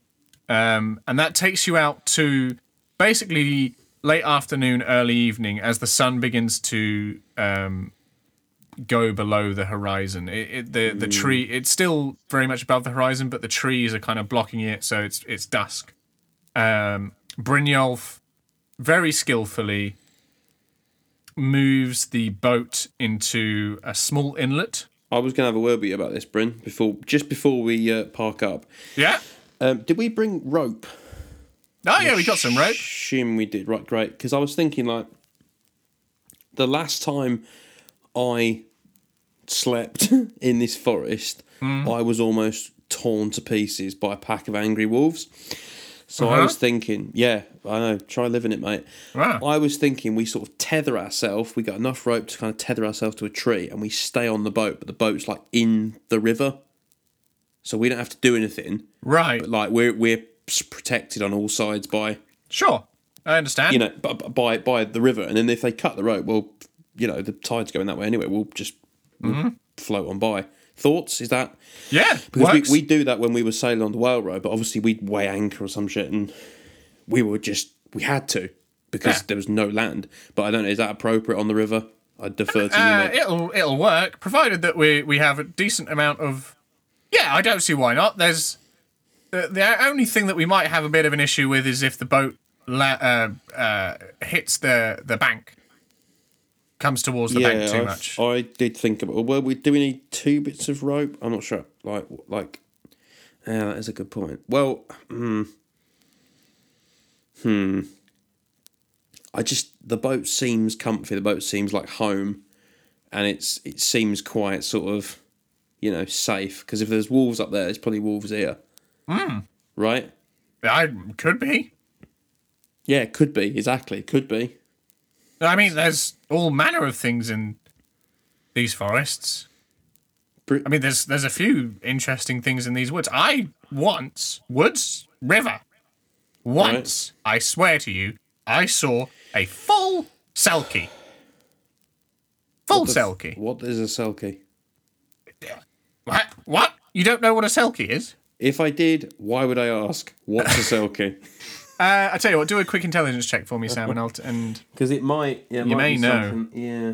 [SPEAKER 1] um, and that takes you out to basically late afternoon, early evening, as the sun begins to um, go below the horizon. It, it, the the tree it's still very much above the horizon, but the trees are kind of blocking it, so it's it's dusk. um, Brynjolf very skillfully moves the boat into a small inlet.
[SPEAKER 2] I was going to have a word with you about this, Bryn, before, just before we uh, park up.
[SPEAKER 1] Yeah.
[SPEAKER 2] Um, did we bring rope?
[SPEAKER 1] Oh yeah, we got some rope.
[SPEAKER 2] Shim, we did. Right, great. Because I was thinking, like, the last time I slept (laughs) in this forest, I was almost torn to pieces by a pack of angry wolves. So I
[SPEAKER 1] Uh-huh.
[SPEAKER 2] was thinking, yeah, I know. Try living it, mate.
[SPEAKER 1] Wow.
[SPEAKER 2] I was thinking we sort of tether ourselves. We got enough rope to kind of tether ourselves to a tree, and we stay on the boat. But the boat's like in the river, so we don't have to do anything.
[SPEAKER 1] Right.
[SPEAKER 2] Like we're we're protected on all sides by
[SPEAKER 1] Sure. I understand.
[SPEAKER 2] you know, b- b- by by the river, and then if they cut the rope, well, you know, the tide's going that way anyway. We'll just
[SPEAKER 1] Mm-hmm.
[SPEAKER 2] we'll float on by. Thoughts? Is that
[SPEAKER 1] yeah,
[SPEAKER 2] because
[SPEAKER 1] works.
[SPEAKER 2] we, we do that when we were sailing on the whale road, but obviously we'd weigh anchor or some shit, and we were just we had to because
[SPEAKER 1] Yeah.
[SPEAKER 2] there was no land. But I don't know. Is that appropriate on the river? I defer to you,
[SPEAKER 1] uh,
[SPEAKER 2] mate.
[SPEAKER 1] it'll it'll work provided that we we have a decent amount of. Yeah, I don't see why not. There's the, the only thing that we might have a bit of an issue with is if the boat la- uh, uh, hits the the bank, comes towards the bank too
[SPEAKER 2] I,
[SPEAKER 1] much.
[SPEAKER 2] I did think about. Well, we do we need two bits of rope? I'm not sure. Like, like, yeah, that is a good point. Well, hmm, hmm. I just the boat seems comfy. The boat seems like home, and it's it seems quite sort of, you know, safe. Because if there's wolves up there, it's probably wolves here,
[SPEAKER 1] Hmm.
[SPEAKER 2] right?
[SPEAKER 1] I could be.
[SPEAKER 2] Yeah, it could be exactly. It could be.
[SPEAKER 1] I mean, there's all manner of things in these forests.
[SPEAKER 2] Bru-
[SPEAKER 1] I mean, there's there's a few interesting things in these woods. I once woods river. Once I swear to you, I saw a full selkie. Full selkie.
[SPEAKER 2] What is a selkie?
[SPEAKER 1] What? What? You don't know what a selkie is?
[SPEAKER 2] If I did, why would I ask? What's a selkie?
[SPEAKER 1] Uh, I tell you what. Do a quick intelligence check for me, Sam, and I'll t- and
[SPEAKER 2] Because it might. Yeah, it
[SPEAKER 1] You
[SPEAKER 2] might
[SPEAKER 1] may
[SPEAKER 2] be
[SPEAKER 1] know.
[SPEAKER 2] something- Yeah.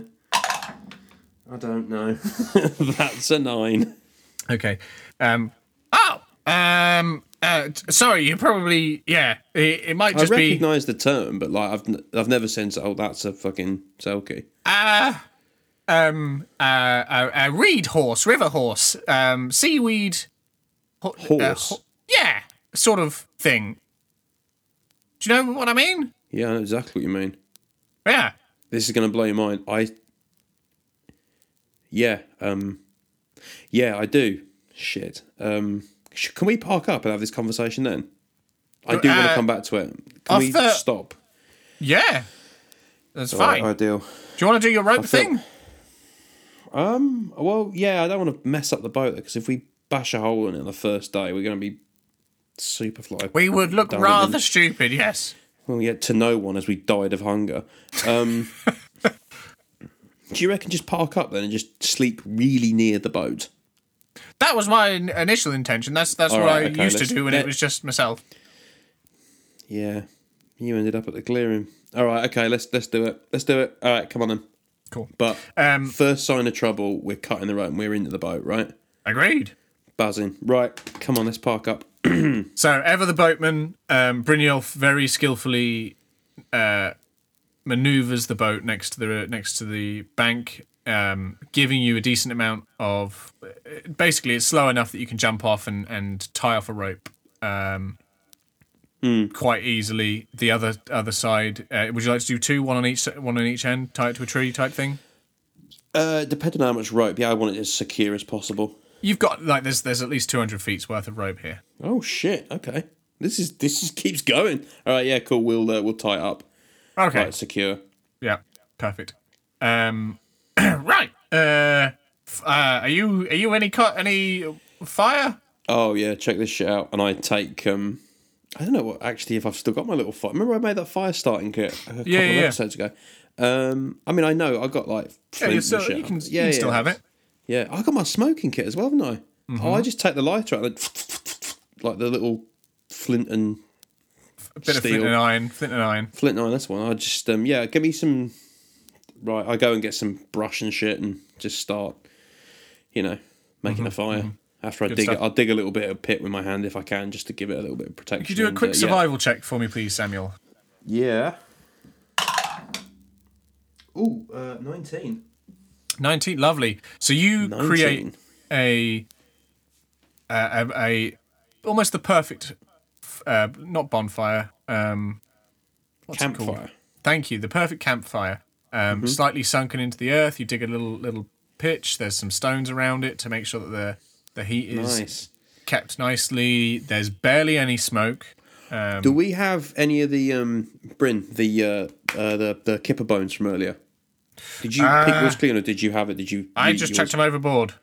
[SPEAKER 2] I don't know. (laughs) That's a nine.
[SPEAKER 1] (laughs) Okay. Um. Oh. Um. Uh, t- sorry. You probably. Yeah. It, it might just
[SPEAKER 2] I
[SPEAKER 1] be.
[SPEAKER 2] recognise the term, but like I've n- I've never sensed. Oh, that's a fucking selkie.
[SPEAKER 1] um, uh, a, a reed horse, river horse, um, seaweed ho- uh,
[SPEAKER 2] Horse?
[SPEAKER 1] ho- yeah, sort of thing. Do you know what I mean?
[SPEAKER 2] Yeah, I know exactly what you mean.
[SPEAKER 1] Yeah.
[SPEAKER 2] This is gonna blow your mind. I. Yeah. Um. Yeah, I do. Shit. Um. Sh- can we park up and have this conversation then? I do want to
[SPEAKER 1] Uh,
[SPEAKER 2] come back to it. Can
[SPEAKER 1] off
[SPEAKER 2] we
[SPEAKER 1] the-
[SPEAKER 2] stop?
[SPEAKER 1] Yeah. That's fine.
[SPEAKER 2] Right, ideal.
[SPEAKER 1] Do you want to do your rope
[SPEAKER 2] feel-
[SPEAKER 1] thing?
[SPEAKER 2] Um. Well, yeah, I don't want to mess up the boat because if we bash a hole in it on the first day, we're going to be super fly.
[SPEAKER 1] We would look
[SPEAKER 2] Darling.
[SPEAKER 1] rather stupid, yes.
[SPEAKER 2] Well, yet to no one as we died of hunger. Um. (laughs) do you reckon just park up then and just sleep really near the boat?
[SPEAKER 1] That was my in- initial intention. That's that's
[SPEAKER 2] All
[SPEAKER 1] what
[SPEAKER 2] right,
[SPEAKER 1] I
[SPEAKER 2] okay,
[SPEAKER 1] used to
[SPEAKER 2] let's-
[SPEAKER 1] do when
[SPEAKER 2] let-
[SPEAKER 1] it was just myself.
[SPEAKER 2] Yeah. You ended up at the clearing. All right. Okay. Let's let's do it. Let's do it. All right. Come on then.
[SPEAKER 1] Cool.
[SPEAKER 2] But
[SPEAKER 1] Um,
[SPEAKER 2] first sign of trouble, we're cutting the rope and we're into the boat, right?
[SPEAKER 1] Agreed.
[SPEAKER 2] Buzzing. Right. Come on. Let's park up.
[SPEAKER 1] So ever the boatman, um, Brynjolf very skillfully uh, maneuvers the boat next to the next to the bank, um, giving you a decent amount of. Basically, it's slow enough that you can jump off and and tie off a rope. Um, Quite easily, the other other side. Uh, would you like to do two, one on each, one on each end, tie it to a tree type thing?
[SPEAKER 2] Uh, depending on how much rope, yeah, I want it as secure as possible.
[SPEAKER 1] You've got like there's there's at least two hundred feet's worth of rope here.
[SPEAKER 2] Oh shit! Okay, this is this just keeps going. All right, yeah, cool. We'll uh, we'll tie it up.
[SPEAKER 1] Okay,
[SPEAKER 2] Right, secure.
[SPEAKER 1] Yeah, perfect. Um, (clears throat) right. Uh, f- uh, are you are you any cut any fire?
[SPEAKER 2] Oh yeah, check this shit out. And I take um, I don't know what actually if I've still got my little fire. Remember I made that fire starting kit a couple
[SPEAKER 1] Yeah, yeah,
[SPEAKER 2] of
[SPEAKER 1] yeah.
[SPEAKER 2] episodes ago. Um, I mean I know I got like
[SPEAKER 1] Yeah,
[SPEAKER 2] flint
[SPEAKER 1] you
[SPEAKER 2] and
[SPEAKER 1] still,
[SPEAKER 2] shit.
[SPEAKER 1] you can, you
[SPEAKER 2] yeah,
[SPEAKER 1] can
[SPEAKER 2] yeah.
[SPEAKER 1] still have it. Mm-hmm.
[SPEAKER 2] Yeah, I got my smoking kit as well, haven't I? Oh, I just take the lighter out, like, (laughs) like the little flint and
[SPEAKER 1] A bit of flint
[SPEAKER 2] Steel.
[SPEAKER 1] and iron. Flint and iron.
[SPEAKER 2] Flint Nine, that's one. I just um yeah, give me some right, I go and get some brush and shit and just start, you know, making a fire. After I dig
[SPEAKER 1] Mm-hmm, stuff.
[SPEAKER 2] it, I'll dig a little bit of pit with my hand if I can, just to give it a little bit of protection.
[SPEAKER 1] Could you do a
[SPEAKER 2] and,
[SPEAKER 1] quick
[SPEAKER 2] uh,
[SPEAKER 1] survival check for me, please, Samuel?
[SPEAKER 2] Yeah. yeah. Ooh, uh, nineteen.
[SPEAKER 1] Nineteen. Lovely. So you create a uh, a, a, a almost the perfect f- uh, not bonfire. Um, what's it called?
[SPEAKER 2] Campfire.
[SPEAKER 1] Thank you. The perfect campfire. Um,
[SPEAKER 2] Mm-hmm.
[SPEAKER 1] Slightly sunken into the earth. You dig a little little pitch. There's some stones around it to make sure that the the heat is
[SPEAKER 2] Nice.
[SPEAKER 1] kept nicely. There's barely any smoke. um,
[SPEAKER 2] Do we have any of the um Bryn, the uh, uh the the kipper bones from earlier? Did you pick yours clean or did you have it? Did you
[SPEAKER 1] Uh, I
[SPEAKER 2] you-
[SPEAKER 1] just
[SPEAKER 2] yours-
[SPEAKER 1] chucked them overboard.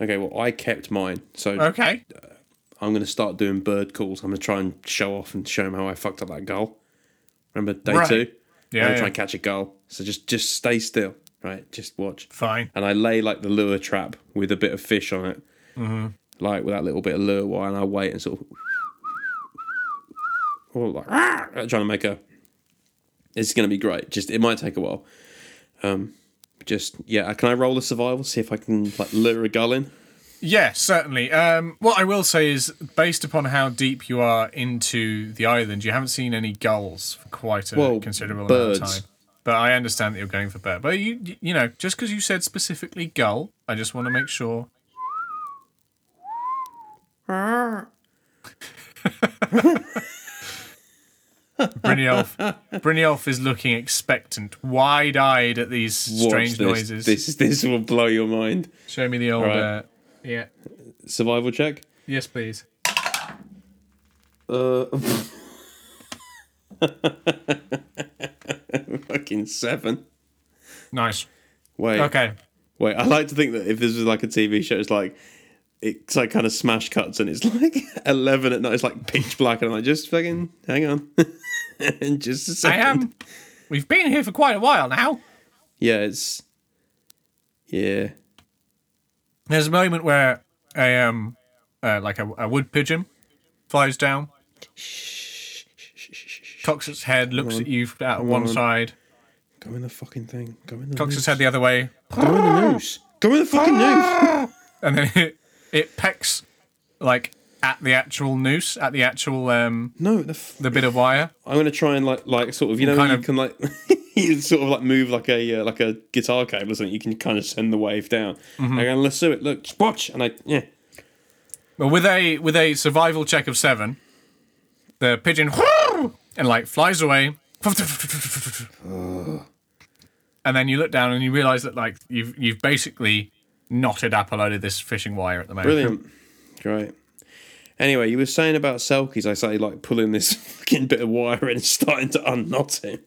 [SPEAKER 2] Okay, well I kept mine. So
[SPEAKER 1] Okay.
[SPEAKER 2] I'm going to start doing bird calls. I'm going to try and show off and show him how I fucked up that goal. Remember day
[SPEAKER 1] Right.
[SPEAKER 2] two?
[SPEAKER 1] Yeah,
[SPEAKER 2] I'm
[SPEAKER 1] yeah.
[SPEAKER 2] trying to catch a goal. So just just stay still, right? Just watch.
[SPEAKER 1] Fine.
[SPEAKER 2] And I lay like the lure trap with a bit of fish on it,
[SPEAKER 1] Mm-hmm.
[SPEAKER 2] like with that little bit of lure wire, and I wait and sort of, (sniffs) or like (sniffs) "Ah," trying to make a. It's going to be great. Just it might take a while. Um, just yeah. Can I roll the survival? See if I can like lure a gull in.
[SPEAKER 1] Yeah, certainly. Um, what I will say is, based upon how deep you are into the island, you haven't seen any gulls for quite a
[SPEAKER 2] Well,
[SPEAKER 1] considerable amount
[SPEAKER 2] birds.
[SPEAKER 1] of time. But I understand that you're going for bird. But you, you know, just because you said specifically gull, I just want to make sure. Brynjolf, Brynjolf is looking expectant, wide-eyed at these
[SPEAKER 2] Watch
[SPEAKER 1] strange
[SPEAKER 2] this.
[SPEAKER 1] noises.
[SPEAKER 2] This this will blow your mind.
[SPEAKER 1] Show me the old.
[SPEAKER 2] Alright.
[SPEAKER 1] Uh, yeah.
[SPEAKER 2] Survival check.
[SPEAKER 1] Yes, please.
[SPEAKER 2] Uh, (laughs) fucking seven.
[SPEAKER 1] Nice.
[SPEAKER 2] Wait,
[SPEAKER 1] Okay.
[SPEAKER 2] wait. I like to think that if this was like a TV show, it's like it's like kind of smash cuts, and it's (laughs) like eleven at night. It's like pitch black, and I'm like, just fucking hang on, (laughs) and just a
[SPEAKER 1] I
[SPEAKER 2] second.
[SPEAKER 1] am. We've been here for quite a while now.
[SPEAKER 2] Yeah, it's yeah.
[SPEAKER 1] There's a moment where a um, uh, like a, a wood pigeon flies down, cocks its head, looks at you out of one side,
[SPEAKER 2] Go in the fucking thing. Go in the
[SPEAKER 1] cocks
[SPEAKER 2] noose.
[SPEAKER 1] its head the other way,
[SPEAKER 2] Go in the noose. Go in the fucking noose.
[SPEAKER 1] Ah! and then (laughs) it, it pecks like at the actual noose, at the actual um,
[SPEAKER 2] No, the f-
[SPEAKER 1] the bit of wire.
[SPEAKER 2] I'm gonna try and like like sort of you know
[SPEAKER 1] Kind
[SPEAKER 2] you
[SPEAKER 1] of-
[SPEAKER 2] can like (laughs) you sort of like move like a uh, like a guitar cable or something. You can kind of send the wave down.
[SPEAKER 1] Mm-hmm.
[SPEAKER 2] I'm gonna let's do it. Look, just watch, and I yeah.
[SPEAKER 1] But with a with a survival check of seven, the pigeon (laughs) and like flies away. (laughs) And then you look down and you realise that like you've you've basically knotted up a load of this fishing wire at the moment.
[SPEAKER 2] Brilliant. Great. Anyway, you were saying about selkies. I say like pulling this (laughs) fucking bit of wire and starting to unknot it.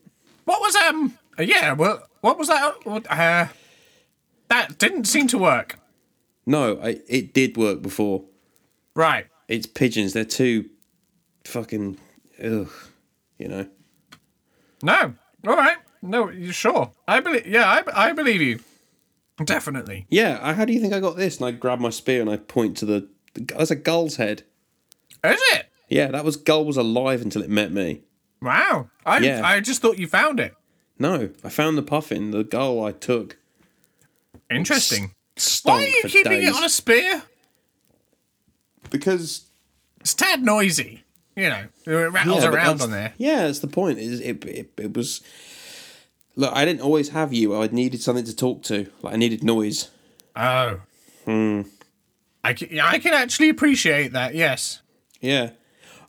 [SPEAKER 1] What was um? Yeah, well, what was that? What, Uh, that didn't seem to work.
[SPEAKER 2] No, I, it did work before.
[SPEAKER 1] Right.
[SPEAKER 2] It's pigeons. They're too fucking ugh. You know.
[SPEAKER 1] No. All right. No. You sure? I believe. Yeah. I, I believe you. Definitely.
[SPEAKER 2] Yeah. I, how do you think I got this? And I grab my spear and I point to the. That's a gull's head.
[SPEAKER 1] Is it?
[SPEAKER 2] Yeah, that was gull was alive until it met me.
[SPEAKER 1] Wow. I
[SPEAKER 2] Yeah.
[SPEAKER 1] I just thought you found it.
[SPEAKER 2] No, I found the puffin, the gull I took.
[SPEAKER 1] Interesting.
[SPEAKER 2] Stunk
[SPEAKER 1] Why are you
[SPEAKER 2] for
[SPEAKER 1] keeping
[SPEAKER 2] days.
[SPEAKER 1] it on a spear?
[SPEAKER 2] Because
[SPEAKER 1] It's a tad noisy. You know, it rattles around
[SPEAKER 2] but that's-
[SPEAKER 1] on there.
[SPEAKER 2] Yeah, that's the point. Is it, it, it was. Look, I didn't always have you. I needed something to talk to. Like I needed noise.
[SPEAKER 1] Oh.
[SPEAKER 2] Hmm.
[SPEAKER 1] I can, yeah, I can actually appreciate that, yes.
[SPEAKER 2] Yeah.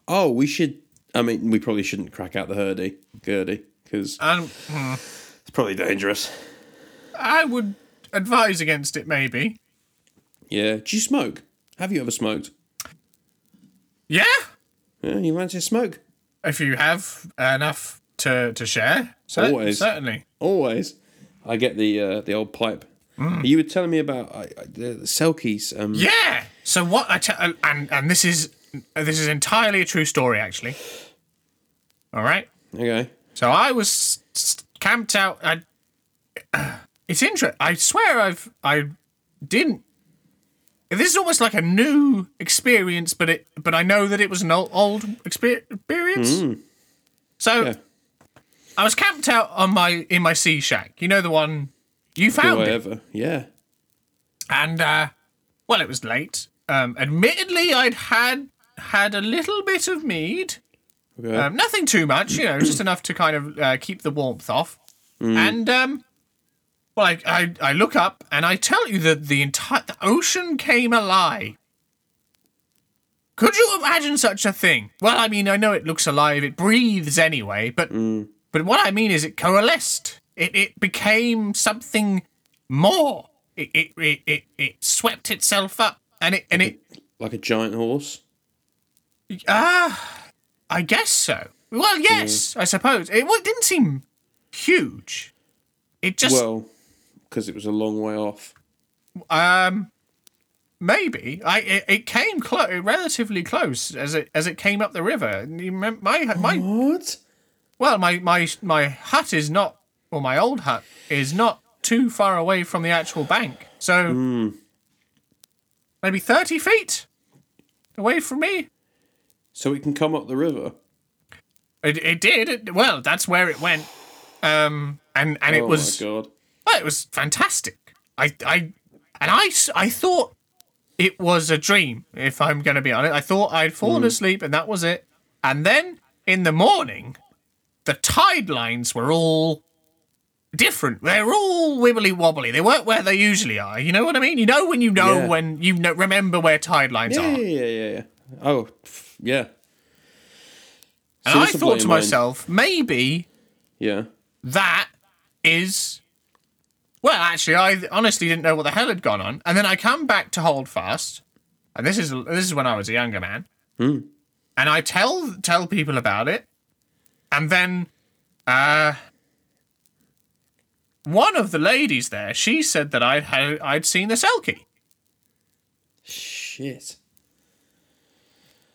[SPEAKER 2] Oh, we should. I mean, we probably shouldn't crack out the hurdy gurdy because
[SPEAKER 1] And
[SPEAKER 2] it's probably dangerous.
[SPEAKER 1] Um, I would advise against it, maybe.
[SPEAKER 2] Yeah. Do you smoke? Have you ever smoked?
[SPEAKER 1] Yeah?
[SPEAKER 2] Yeah, you fancy a smoke?
[SPEAKER 1] If you have enough to, to share. Cer-
[SPEAKER 2] Always.
[SPEAKER 1] Certainly.
[SPEAKER 2] Always. I get the uh, the old pipe. You were telling me about I, I, the, the selkies. Um,
[SPEAKER 1] Mm. Yeah. So what I te- and and this is this is entirely a true story actually. All right.
[SPEAKER 2] Okay.
[SPEAKER 1] So I was s- s- camped out. I, it's interesting. I (clears throat) swear I've I didn't. This is almost like a new experience, but it but I know that it was an old, old exper- experience. So
[SPEAKER 2] Yeah.
[SPEAKER 1] I was camped out on my in my sea shack. You know the one you found it,
[SPEAKER 2] Whatever. Yeah.
[SPEAKER 1] and uh, well, it was late. Um, admittedly, I'd had had a little bit of mead.
[SPEAKER 2] Okay.
[SPEAKER 1] Um, nothing too much, you know, just enough to kind of uh, keep the warmth off. And um, well, I, I I look up and I tell you that the entire the ocean came alive. Could you imagine such a thing? Well, I mean, I know it looks alive; it breathes anyway. But but what I mean is, it coalesced. It it became something more. It it it it, it swept itself up, and it and it
[SPEAKER 2] like a giant horse.
[SPEAKER 1] Ah, I guess so. Well, yes, I suppose it, well, it didn't seem huge. It just
[SPEAKER 2] Well, because it was a long way off.
[SPEAKER 1] um maybe I it, it came clo- relatively close as it as it came up the river. You remem- my my
[SPEAKER 2] What?
[SPEAKER 1] well, my my my hut is not, or my old hut is not too far away from the actual bank, so
[SPEAKER 2] Hmm.
[SPEAKER 1] maybe thirty feet away from me.
[SPEAKER 2] So it can come up the river.
[SPEAKER 1] It, it did. It, well, that's where it went. Um, and and it
[SPEAKER 2] oh
[SPEAKER 1] was
[SPEAKER 2] my god.
[SPEAKER 1] Well, it was fantastic. I, I, and I, s- I thought it was a dream. If I'm going to be honest, I thought I'd
[SPEAKER 2] Mm.
[SPEAKER 1] fallen asleep and that was it. And then in the morning, the tide lines were all different. They're all wibbly wobbly. They weren't where they usually are. You know what I mean? You know when you know
[SPEAKER 2] Yeah.
[SPEAKER 1] when you know, remember where tide lines
[SPEAKER 2] Yeah,
[SPEAKER 1] are.
[SPEAKER 2] yeah, yeah, yeah, yeah. Oh, pff, yeah.
[SPEAKER 1] And
[SPEAKER 2] So
[SPEAKER 1] I
[SPEAKER 2] this will blow
[SPEAKER 1] thought to
[SPEAKER 2] your mind.
[SPEAKER 1] myself, maybe
[SPEAKER 2] Yeah.
[SPEAKER 1] that is well actually i honestly didn't know what the hell had gone on and then i come back to hold fast and this is this is when i was a younger man and i tell tell people about it and then uh one of the ladies there she said that i'd had, i'd seen the selkie
[SPEAKER 2] Shit.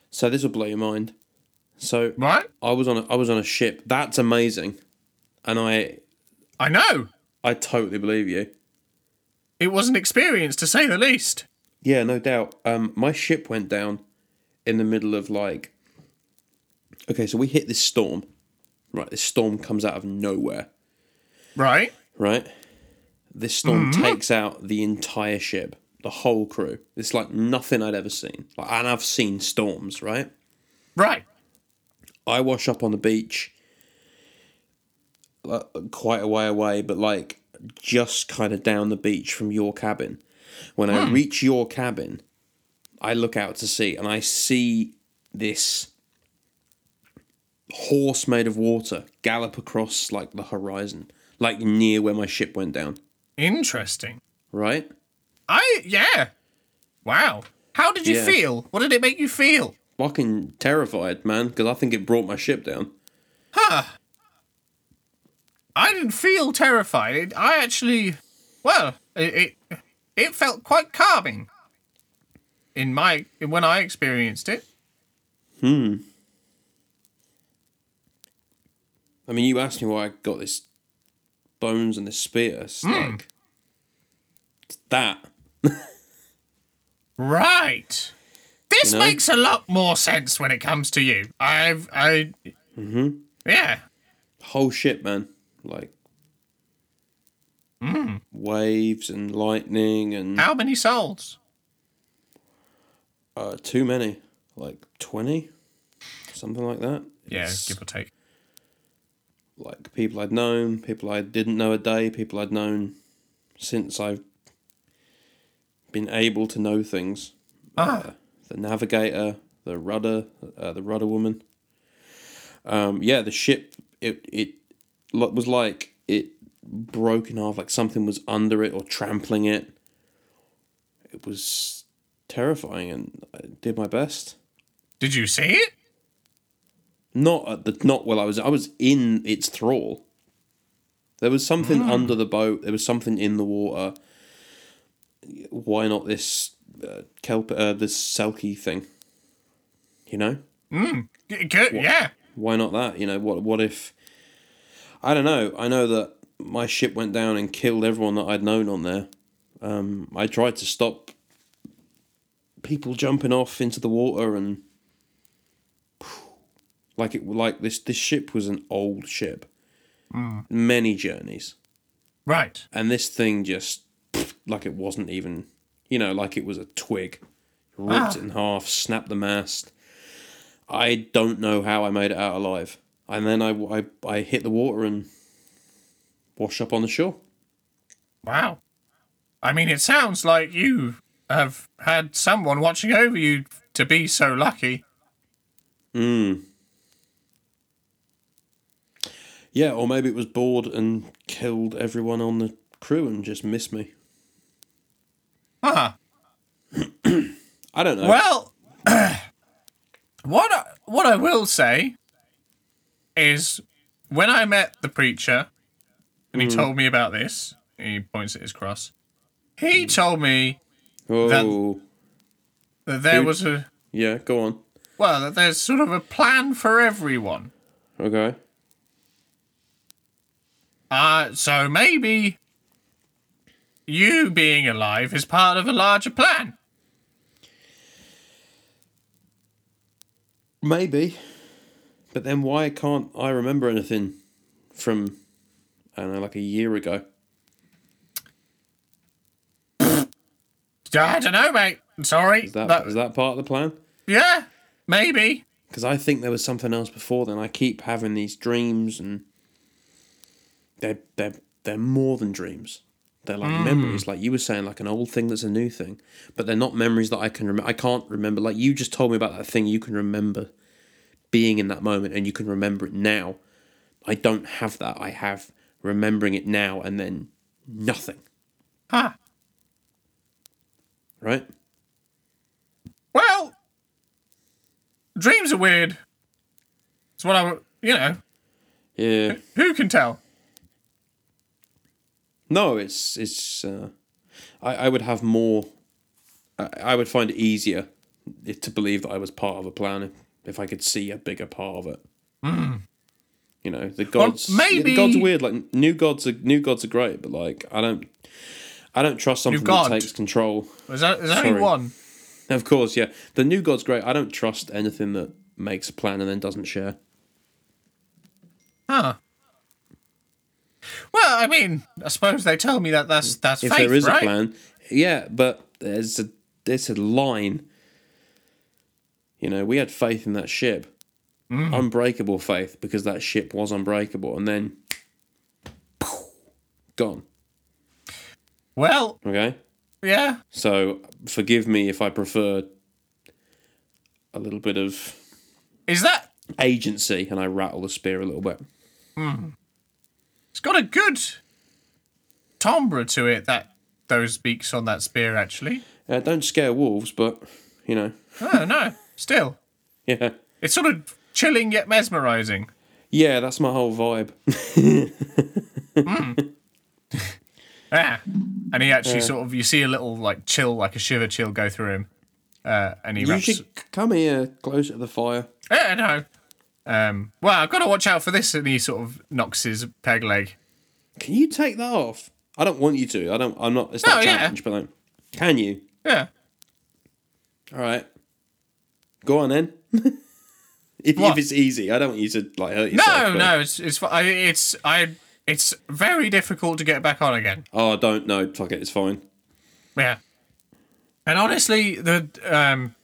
[SPEAKER 2] So this will blow your mind. So
[SPEAKER 1] right
[SPEAKER 2] I was on a, I was on a ship. That's amazing, and I
[SPEAKER 1] i know
[SPEAKER 2] I totally believe you.
[SPEAKER 1] it was an experience to say the least
[SPEAKER 2] Yeah, no doubt. Um, my ship went down in the middle of like. Okay, so we hit this storm, right? This storm comes out of nowhere,
[SPEAKER 1] right
[SPEAKER 2] right? This storm takes out the entire ship, the whole crew. It's like nothing I'd ever seen. Like, and I've seen storms, right?
[SPEAKER 1] right
[SPEAKER 2] I wash up on the beach, like, quite a way away, but like just kind of down the beach from your cabin. When I reach your cabin, I look out to sea and I see this horse made of water gallop across like the horizon, like near where my ship went down,
[SPEAKER 1] interesting
[SPEAKER 2] right?
[SPEAKER 1] i yeah wow how did you
[SPEAKER 2] Yeah.
[SPEAKER 1] feel what did it make you feel
[SPEAKER 2] Fucking terrified, man, because I think it brought my ship down.
[SPEAKER 1] I didn't feel terrified. It, I actually, well, it, it it felt quite calming. In my when I experienced it,
[SPEAKER 2] I mean, you asked me why I got this bones and this spear. It's like it's that.
[SPEAKER 1] right? This
[SPEAKER 2] You know?
[SPEAKER 1] makes a lot more sense when it comes to you. I've I, yeah,
[SPEAKER 2] whole shit, man. Like waves and lightning and
[SPEAKER 1] how many souls?
[SPEAKER 2] uh, too many, like twenty, something like that.
[SPEAKER 1] Yeah,
[SPEAKER 2] It's
[SPEAKER 1] give or take.
[SPEAKER 2] like people I'd known, people I didn't know a day, people I'd known since I've been able to know things.
[SPEAKER 1] Ah.
[SPEAKER 2] Uh, the navigator, the rudder, uh, the rudder woman. Um, yeah, the ship. It it lo- was like it broke in half, like something was under it or trampling it. It was terrifying, and I did my best.
[SPEAKER 1] Did you see it?
[SPEAKER 2] Not at the not while I was I was in its thrall. There was something under the boat. There was something in the water. Why not this uh, kelp? Uh, this selkie thing. You know
[SPEAKER 1] Y- Good. Mm. Yeah.
[SPEAKER 2] why not that? You know what? What if? I don't know. I know that my ship went down and killed everyone that I'd known on there. Um, I tried to stop people jumping off into the water and like it like this this ship was an old ship many journeys
[SPEAKER 1] Right.
[SPEAKER 2] and this thing just like it wasn't even you know like it was a twig ripped it in half snapped the mast i don't know how i made it out alive and then i i, I hit the water and wash up on the shore
[SPEAKER 1] Wow. I mean, it sounds like you have had someone watching over you to be so lucky.
[SPEAKER 2] Hmm. yeah or maybe it was bored and killed everyone on the crew and just missed me
[SPEAKER 1] Ah.
[SPEAKER 2] (clears throat) i don't know
[SPEAKER 1] Well, (clears throat) what I, what I will say is when I met the preacher and he told me about this, he points at his cross. He told me
[SPEAKER 2] oh
[SPEAKER 1] that there
[SPEAKER 2] Who-
[SPEAKER 1] was a
[SPEAKER 2] yeah go on
[SPEAKER 1] well, that there's sort of a plan for everyone.
[SPEAKER 2] okay
[SPEAKER 1] Uh, so maybe you being alive is part of a larger plan.
[SPEAKER 2] Maybe. But then why can't I remember anything from, I don't know, like a year ago?
[SPEAKER 1] I don't know, mate. Sorry.
[SPEAKER 2] Is that,
[SPEAKER 1] That-
[SPEAKER 2] is that part of the plan?
[SPEAKER 1] yeah, maybe.
[SPEAKER 2] Because I think there was something else before then. I keep having these dreams and they're, they're, they're more than dreams. They're like memories, like you were saying, like an old thing that's a new thing. But they're not memories that I can remember. I can't remember. Like you just told me about that thing you can remember being in that moment and you can remember it now. I don't have that. I have remembering it now and then nothing,
[SPEAKER 1] Huh.
[SPEAKER 2] right?
[SPEAKER 1] Well, dreams are weird. It's what I, w- you know,
[SPEAKER 2] Yeah.
[SPEAKER 1] who can tell?
[SPEAKER 2] No, it's it's. Uh, I I would have more. I, I would find it easier if- to believe that I was part of a plan if, if I could see a bigger part of it. You know, the gods. yeah,
[SPEAKER 1] Hmm. maybe-
[SPEAKER 2] the gods are weird. Like new gods are new gods are great, but like I don't. I don't trust something
[SPEAKER 1] God.
[SPEAKER 2] that takes control.
[SPEAKER 1] There's, o- there's only
[SPEAKER 2] Sorry.
[SPEAKER 1] one.
[SPEAKER 2] Of course, yeah. The new god's great. I don't trust anything that makes a plan and then doesn't share.
[SPEAKER 1] Huh. Well, I mean, I suppose they tell me that that's that's
[SPEAKER 2] If
[SPEAKER 1] faith,
[SPEAKER 2] there is
[SPEAKER 1] right?
[SPEAKER 2] a plan, yeah, but there's a there's a line. You know, we had faith in that ship,
[SPEAKER 1] Mm.
[SPEAKER 2] unbreakable faith, because that ship was unbreakable, and then gone.
[SPEAKER 1] Well,
[SPEAKER 2] Okay,
[SPEAKER 1] yeah.
[SPEAKER 2] so forgive me if I prefer a little bit of
[SPEAKER 1] Is that?
[SPEAKER 2] agency, and I rattle the spear a little bit.
[SPEAKER 1] It's got a good timbre to it. That those beaks on that spear, actually.
[SPEAKER 2] Uh, don't scare wolves, but you know, (laughs)
[SPEAKER 1] Oh no, still,
[SPEAKER 2] yeah,
[SPEAKER 1] it's sort of chilling yet mesmerizing.
[SPEAKER 2] yeah, that's my whole vibe.
[SPEAKER 1] Yeah. And he actually sort of you see a little like chill, like a shiver chill go through him. Uh, and he
[SPEAKER 2] you
[SPEAKER 1] wraps
[SPEAKER 2] should c- come here closer to the fire.
[SPEAKER 1] Yeah, no. Um well I've got to watch out for this and he sort of knocks his peg leg.
[SPEAKER 2] Can you take that off? I don't want you to. I don't. I'm not. It's not
[SPEAKER 1] No,
[SPEAKER 2] a
[SPEAKER 1] Oh, yeah.
[SPEAKER 2] challenge, but like, can you?
[SPEAKER 1] Yeah.
[SPEAKER 2] All right. Go on then. (laughs) if, if
[SPEAKER 1] What?
[SPEAKER 2] it's easy, I don't want you to like hurt
[SPEAKER 1] No,
[SPEAKER 2] yourself. but-
[SPEAKER 1] no, it's it's fi- I, it's I it's very difficult to get back on again.
[SPEAKER 2] Oh, don't. No, fuck it. It's fine.
[SPEAKER 1] Yeah. And honestly, the um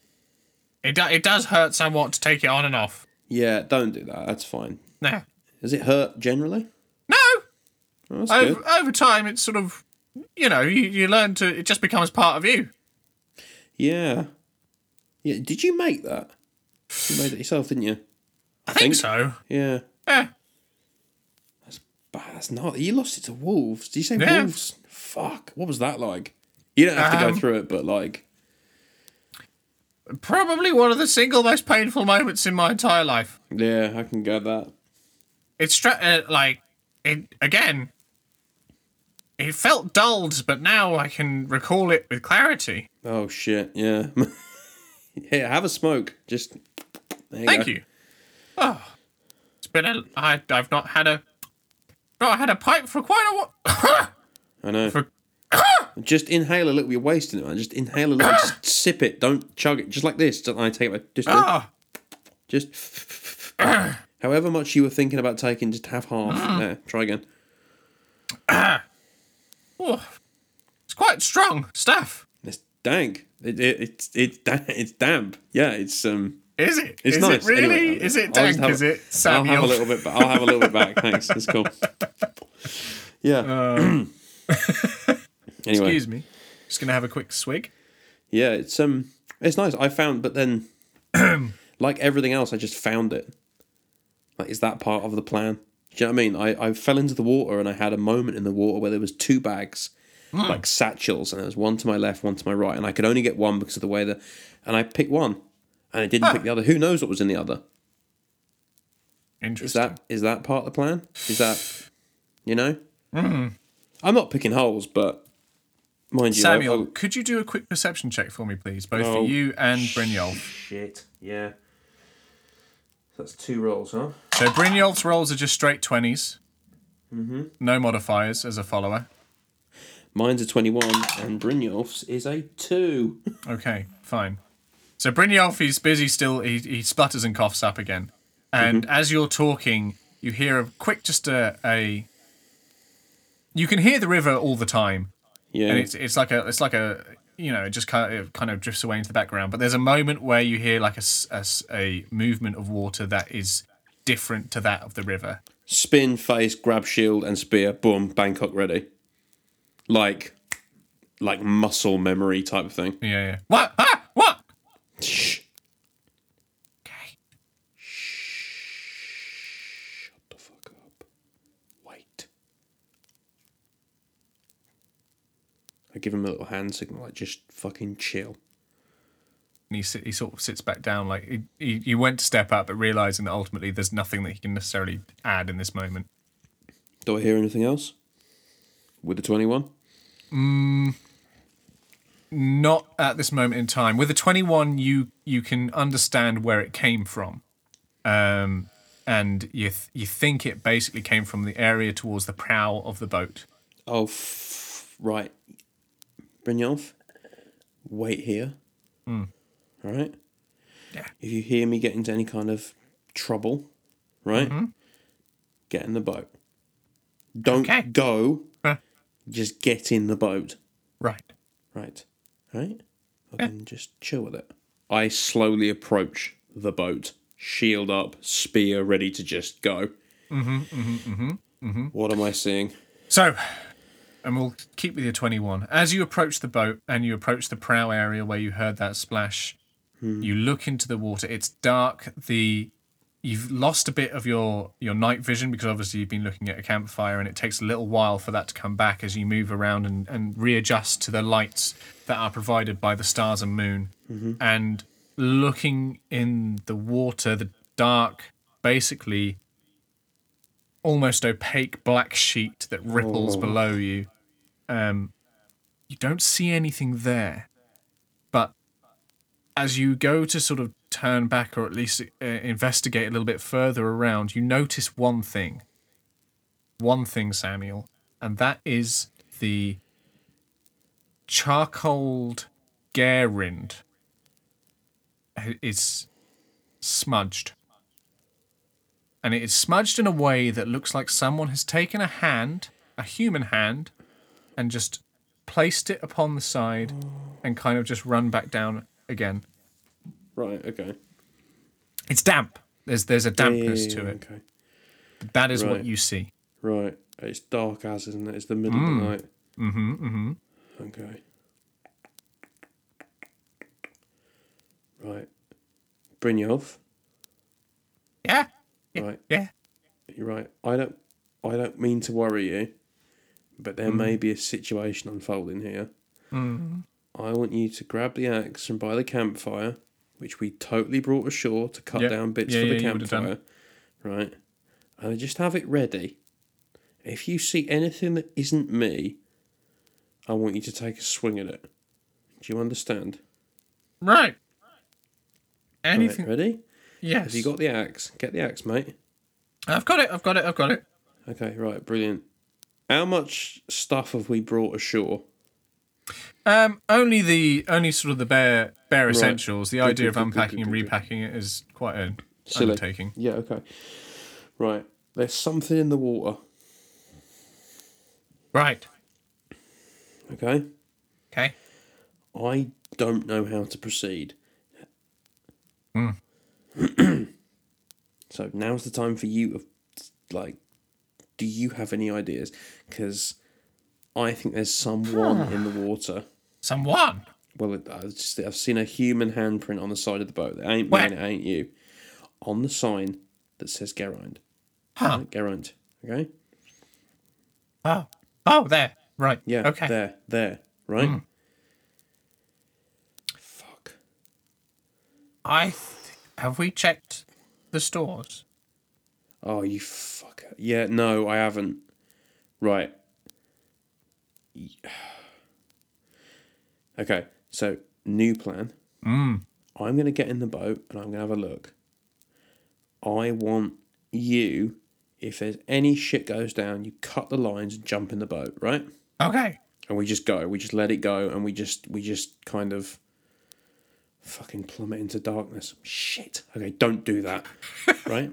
[SPEAKER 1] it do, it does hurt somewhat to take it on and off.
[SPEAKER 2] Yeah, don't do that. That's fine.
[SPEAKER 1] Yeah.
[SPEAKER 2] Does it hurt generally?
[SPEAKER 1] No,
[SPEAKER 2] Oh, that's
[SPEAKER 1] over,
[SPEAKER 2] good.
[SPEAKER 1] over time it's sort of you know you, you learn to it just becomes part of you
[SPEAKER 2] Yeah. Yeah. Did you make that? You made it yourself, didn't you?
[SPEAKER 1] i think,
[SPEAKER 2] think-
[SPEAKER 1] so
[SPEAKER 2] Yeah.
[SPEAKER 1] yeah
[SPEAKER 2] But that's not. You lost it to wolves. Did you say
[SPEAKER 1] Yeah.
[SPEAKER 2] wolves? Fuck. What was that like? You don't have to
[SPEAKER 1] Um,
[SPEAKER 2] go through it, but like,
[SPEAKER 1] probably one of the single most painful moments in my entire life
[SPEAKER 2] yeah, I can get that.
[SPEAKER 1] it's stra- uh, like it again it felt dulled but now i can recall it with clarity
[SPEAKER 2] Oh shit! Yeah. (laughs) Here, have a smoke. Just there
[SPEAKER 1] thank
[SPEAKER 2] go.
[SPEAKER 1] you oh it's been a I, i've not had a not had a pipe for quite a while
[SPEAKER 2] I know.
[SPEAKER 1] For-
[SPEAKER 2] (coughs) just inhale a little. You're wasting it, man. Just inhale a
[SPEAKER 1] (coughs)
[SPEAKER 2] little. just sip it. Don't chug it. Just like this. Don't I take it? Just,
[SPEAKER 1] oh
[SPEAKER 2] just. (coughs) however much you were thinking about taking, just have
[SPEAKER 1] Mm.
[SPEAKER 2] half. there. Try again.
[SPEAKER 1] oh. it's quite strong stuff
[SPEAKER 2] It's dank. It, it, it's it's da- it's damp. Yeah. It's um.
[SPEAKER 1] Is it?
[SPEAKER 2] It's
[SPEAKER 1] Is
[SPEAKER 2] nice.
[SPEAKER 1] it really?
[SPEAKER 2] Anyway,
[SPEAKER 1] is
[SPEAKER 2] I'll
[SPEAKER 1] it
[SPEAKER 2] just
[SPEAKER 1] dank?
[SPEAKER 2] have
[SPEAKER 1] Is
[SPEAKER 2] a-
[SPEAKER 1] it
[SPEAKER 2] I'll
[SPEAKER 1] Samuel?
[SPEAKER 2] have a little bit. But I'll have a little
[SPEAKER 1] (laughs)
[SPEAKER 2] bit back. Thanks. It's cool. Yeah. (clears throat) anyway.
[SPEAKER 1] Uh. Excuse me. Just gonna have a quick swig.
[SPEAKER 2] Yeah, it's um, it's nice. I found,
[SPEAKER 1] (clears throat)
[SPEAKER 2] but then, like everything else, I just found it. Like, is that part of the plan? Do you know what I mean? I, I fell into the water and I had a moment in the water where there was two bags,
[SPEAKER 1] Hmm.
[SPEAKER 2] like satchels, and there was one to my left, one to my right, and I could only get one because of the way that, and I picked one, and I didn't pick the other. Who knows what was in the other? Is
[SPEAKER 1] Interesting.
[SPEAKER 2] that is that part of the plan? Is that, you know?
[SPEAKER 1] Hmm.
[SPEAKER 2] I'm not picking holes, but mind you, I-
[SPEAKER 1] Samuel,
[SPEAKER 2] I-
[SPEAKER 1] could you do a quick perception check for me, please, both
[SPEAKER 2] Oh,
[SPEAKER 1] for you and Brynjolf?
[SPEAKER 2] Shit, yeah. That's two rolls, huh?
[SPEAKER 1] So Brynjolf's rolls are just straight twenties. No modifiers as a follower.
[SPEAKER 2] Mine's a 21 and Brynjolf's is a 2.
[SPEAKER 1] (laughs) Okay, fine. So Brynjolf, he's busy still. He, he splutters and coughs up again. And as you're talking, you hear a quick, just a, a. You can hear the river all the time,
[SPEAKER 2] Yeah.
[SPEAKER 1] and it's it's like a it's like a you know it just kind of, it kind of drifts away into the background. But there's a moment where you hear like a s- a s- a movement of water that is different to that of the river.
[SPEAKER 2] Spin, face, grab shield and spear. Boom, Bangkok ready. Like, like muscle memory type of thing.
[SPEAKER 1] Yeah, yeah. What? Ah, what?
[SPEAKER 2] Shh.
[SPEAKER 1] Okay.
[SPEAKER 2] Shut the fuck up. Wait. I give him a little hand signal, like just fucking chill.
[SPEAKER 1] and he, sit, he sort of sits back down like he, he, he went to step up but realizing that ultimately there's nothing that he can necessarily add in this moment
[SPEAKER 2] Do I hear anything else? With the 21?
[SPEAKER 1] not at this moment in time with a 21 you you can understand where it came from um and you th- you think it basically came from the area towards the prow of the boat
[SPEAKER 2] Oh, f- right. Brynjolf, wait here. Hmm. All right?
[SPEAKER 1] Yeah.
[SPEAKER 2] If you hear me get into any kind of trouble, right? Get in the boat. Don't
[SPEAKER 1] Okay.
[SPEAKER 2] go.
[SPEAKER 1] Huh.
[SPEAKER 2] Just get in the boat.
[SPEAKER 1] right
[SPEAKER 2] Right. Right? I can just chill with it. I slowly approach the boat, shield up, spear ready to just go. Mm-hmm, mm-hmm, mm-hmm. What am I seeing?
[SPEAKER 1] So, and we'll keep with your 21. As you approach the boat and you approach the prow area where you heard that splash, you look into the water. It's dark. The you've lost a bit of your your night vision because obviously you've been looking at a campfire and it takes a little while for that to come back as you move around and, and readjust to the lights that are provided by the stars and moon and looking in the water the dark basically almost opaque black sheet that ripples below you. Um, you don't see anything there, but as you go to sort of turn back or at least uh, investigate a little bit further around, you notice one thing. One thing, Samuel, and that is the charcoaled Gerind is smudged and it is smudged in a way that looks like someone has taken a hand, a human hand, and just placed it upon the side and kind of just run back down again.
[SPEAKER 2] Right, okay.
[SPEAKER 1] It's damp. There's there's a dampness
[SPEAKER 2] Yeah,
[SPEAKER 1] to it.
[SPEAKER 2] Okay.
[SPEAKER 1] That is
[SPEAKER 2] Right.
[SPEAKER 1] what you see.
[SPEAKER 2] Right. It's dark as, isn't it? It's the middle
[SPEAKER 1] Mm.
[SPEAKER 2] of the night. Mm-hmm. Mm-hmm. Okay. Right. Brynjolf.
[SPEAKER 1] Yeah. Yeah.
[SPEAKER 2] Right.
[SPEAKER 1] Yeah.
[SPEAKER 2] You're right. I don't I don't mean to worry you, but there may
[SPEAKER 1] Mm.
[SPEAKER 2] be a situation unfolding here. I want you to grab the axe from by the campfire, which we totally brought ashore to cut
[SPEAKER 1] Yeah.
[SPEAKER 2] down bits
[SPEAKER 1] Yeah,
[SPEAKER 2] for the
[SPEAKER 1] yeah, you would've done.
[SPEAKER 2] campfire. Right. And I just have it ready. If you see anything that isn't me, I want you to take a swing at it. Do you understand?
[SPEAKER 1] Right.
[SPEAKER 2] Right,
[SPEAKER 1] Anything?
[SPEAKER 2] ready?
[SPEAKER 1] Yes.
[SPEAKER 2] Have you got the axe? Get the axe, mate.
[SPEAKER 1] I've got it. I've got it. I've got it.
[SPEAKER 2] Okay, right, brilliant. How much stuff have we brought ashore?
[SPEAKER 1] Um, only the only sort of the bare bare
[SPEAKER 2] Right.
[SPEAKER 1] essentials. The
[SPEAKER 2] Good,
[SPEAKER 1] idea
[SPEAKER 2] good,
[SPEAKER 1] of
[SPEAKER 2] good, good,
[SPEAKER 1] unpacking
[SPEAKER 2] good,
[SPEAKER 1] and
[SPEAKER 2] good, good.
[SPEAKER 1] repacking it is quite an
[SPEAKER 2] Silly.
[SPEAKER 1] undertaking.
[SPEAKER 2] Yeah, okay. Right, there's something in the water,
[SPEAKER 1] Right.
[SPEAKER 2] okay?
[SPEAKER 1] Okay.
[SPEAKER 2] I don't know how to proceed. (clears throat) so now's the time for you of like do you have any ideas cuz I think there's someone in the water.
[SPEAKER 1] Someone.
[SPEAKER 2] Well, it, I just, I've seen a human handprint on the side of the boat. It ain't
[SPEAKER 1] Where?
[SPEAKER 2] mine, it ain't you. On the sign that says Geraint.
[SPEAKER 1] Huh.
[SPEAKER 2] Right, Geraint. Okay?
[SPEAKER 1] Oh. Oh, there. Right.
[SPEAKER 2] Yeah.
[SPEAKER 1] Okay. Hmm.
[SPEAKER 2] There, there, right? Fuck.
[SPEAKER 1] I th- have we checked the stores.
[SPEAKER 2] Oh, you fucker. Yeah, no, I haven't. Right. (sighs) Y- Okay, so new plan. I'm going to get in the boat and I'm going to have a look. I want you, if there's any shit goes down, you cut the lines and jump in the boat, right?
[SPEAKER 1] Okay.
[SPEAKER 2] And we just go. We just let it go, and we just we just kind of fucking plummet into darkness. Shit. Okay, don't do that, right?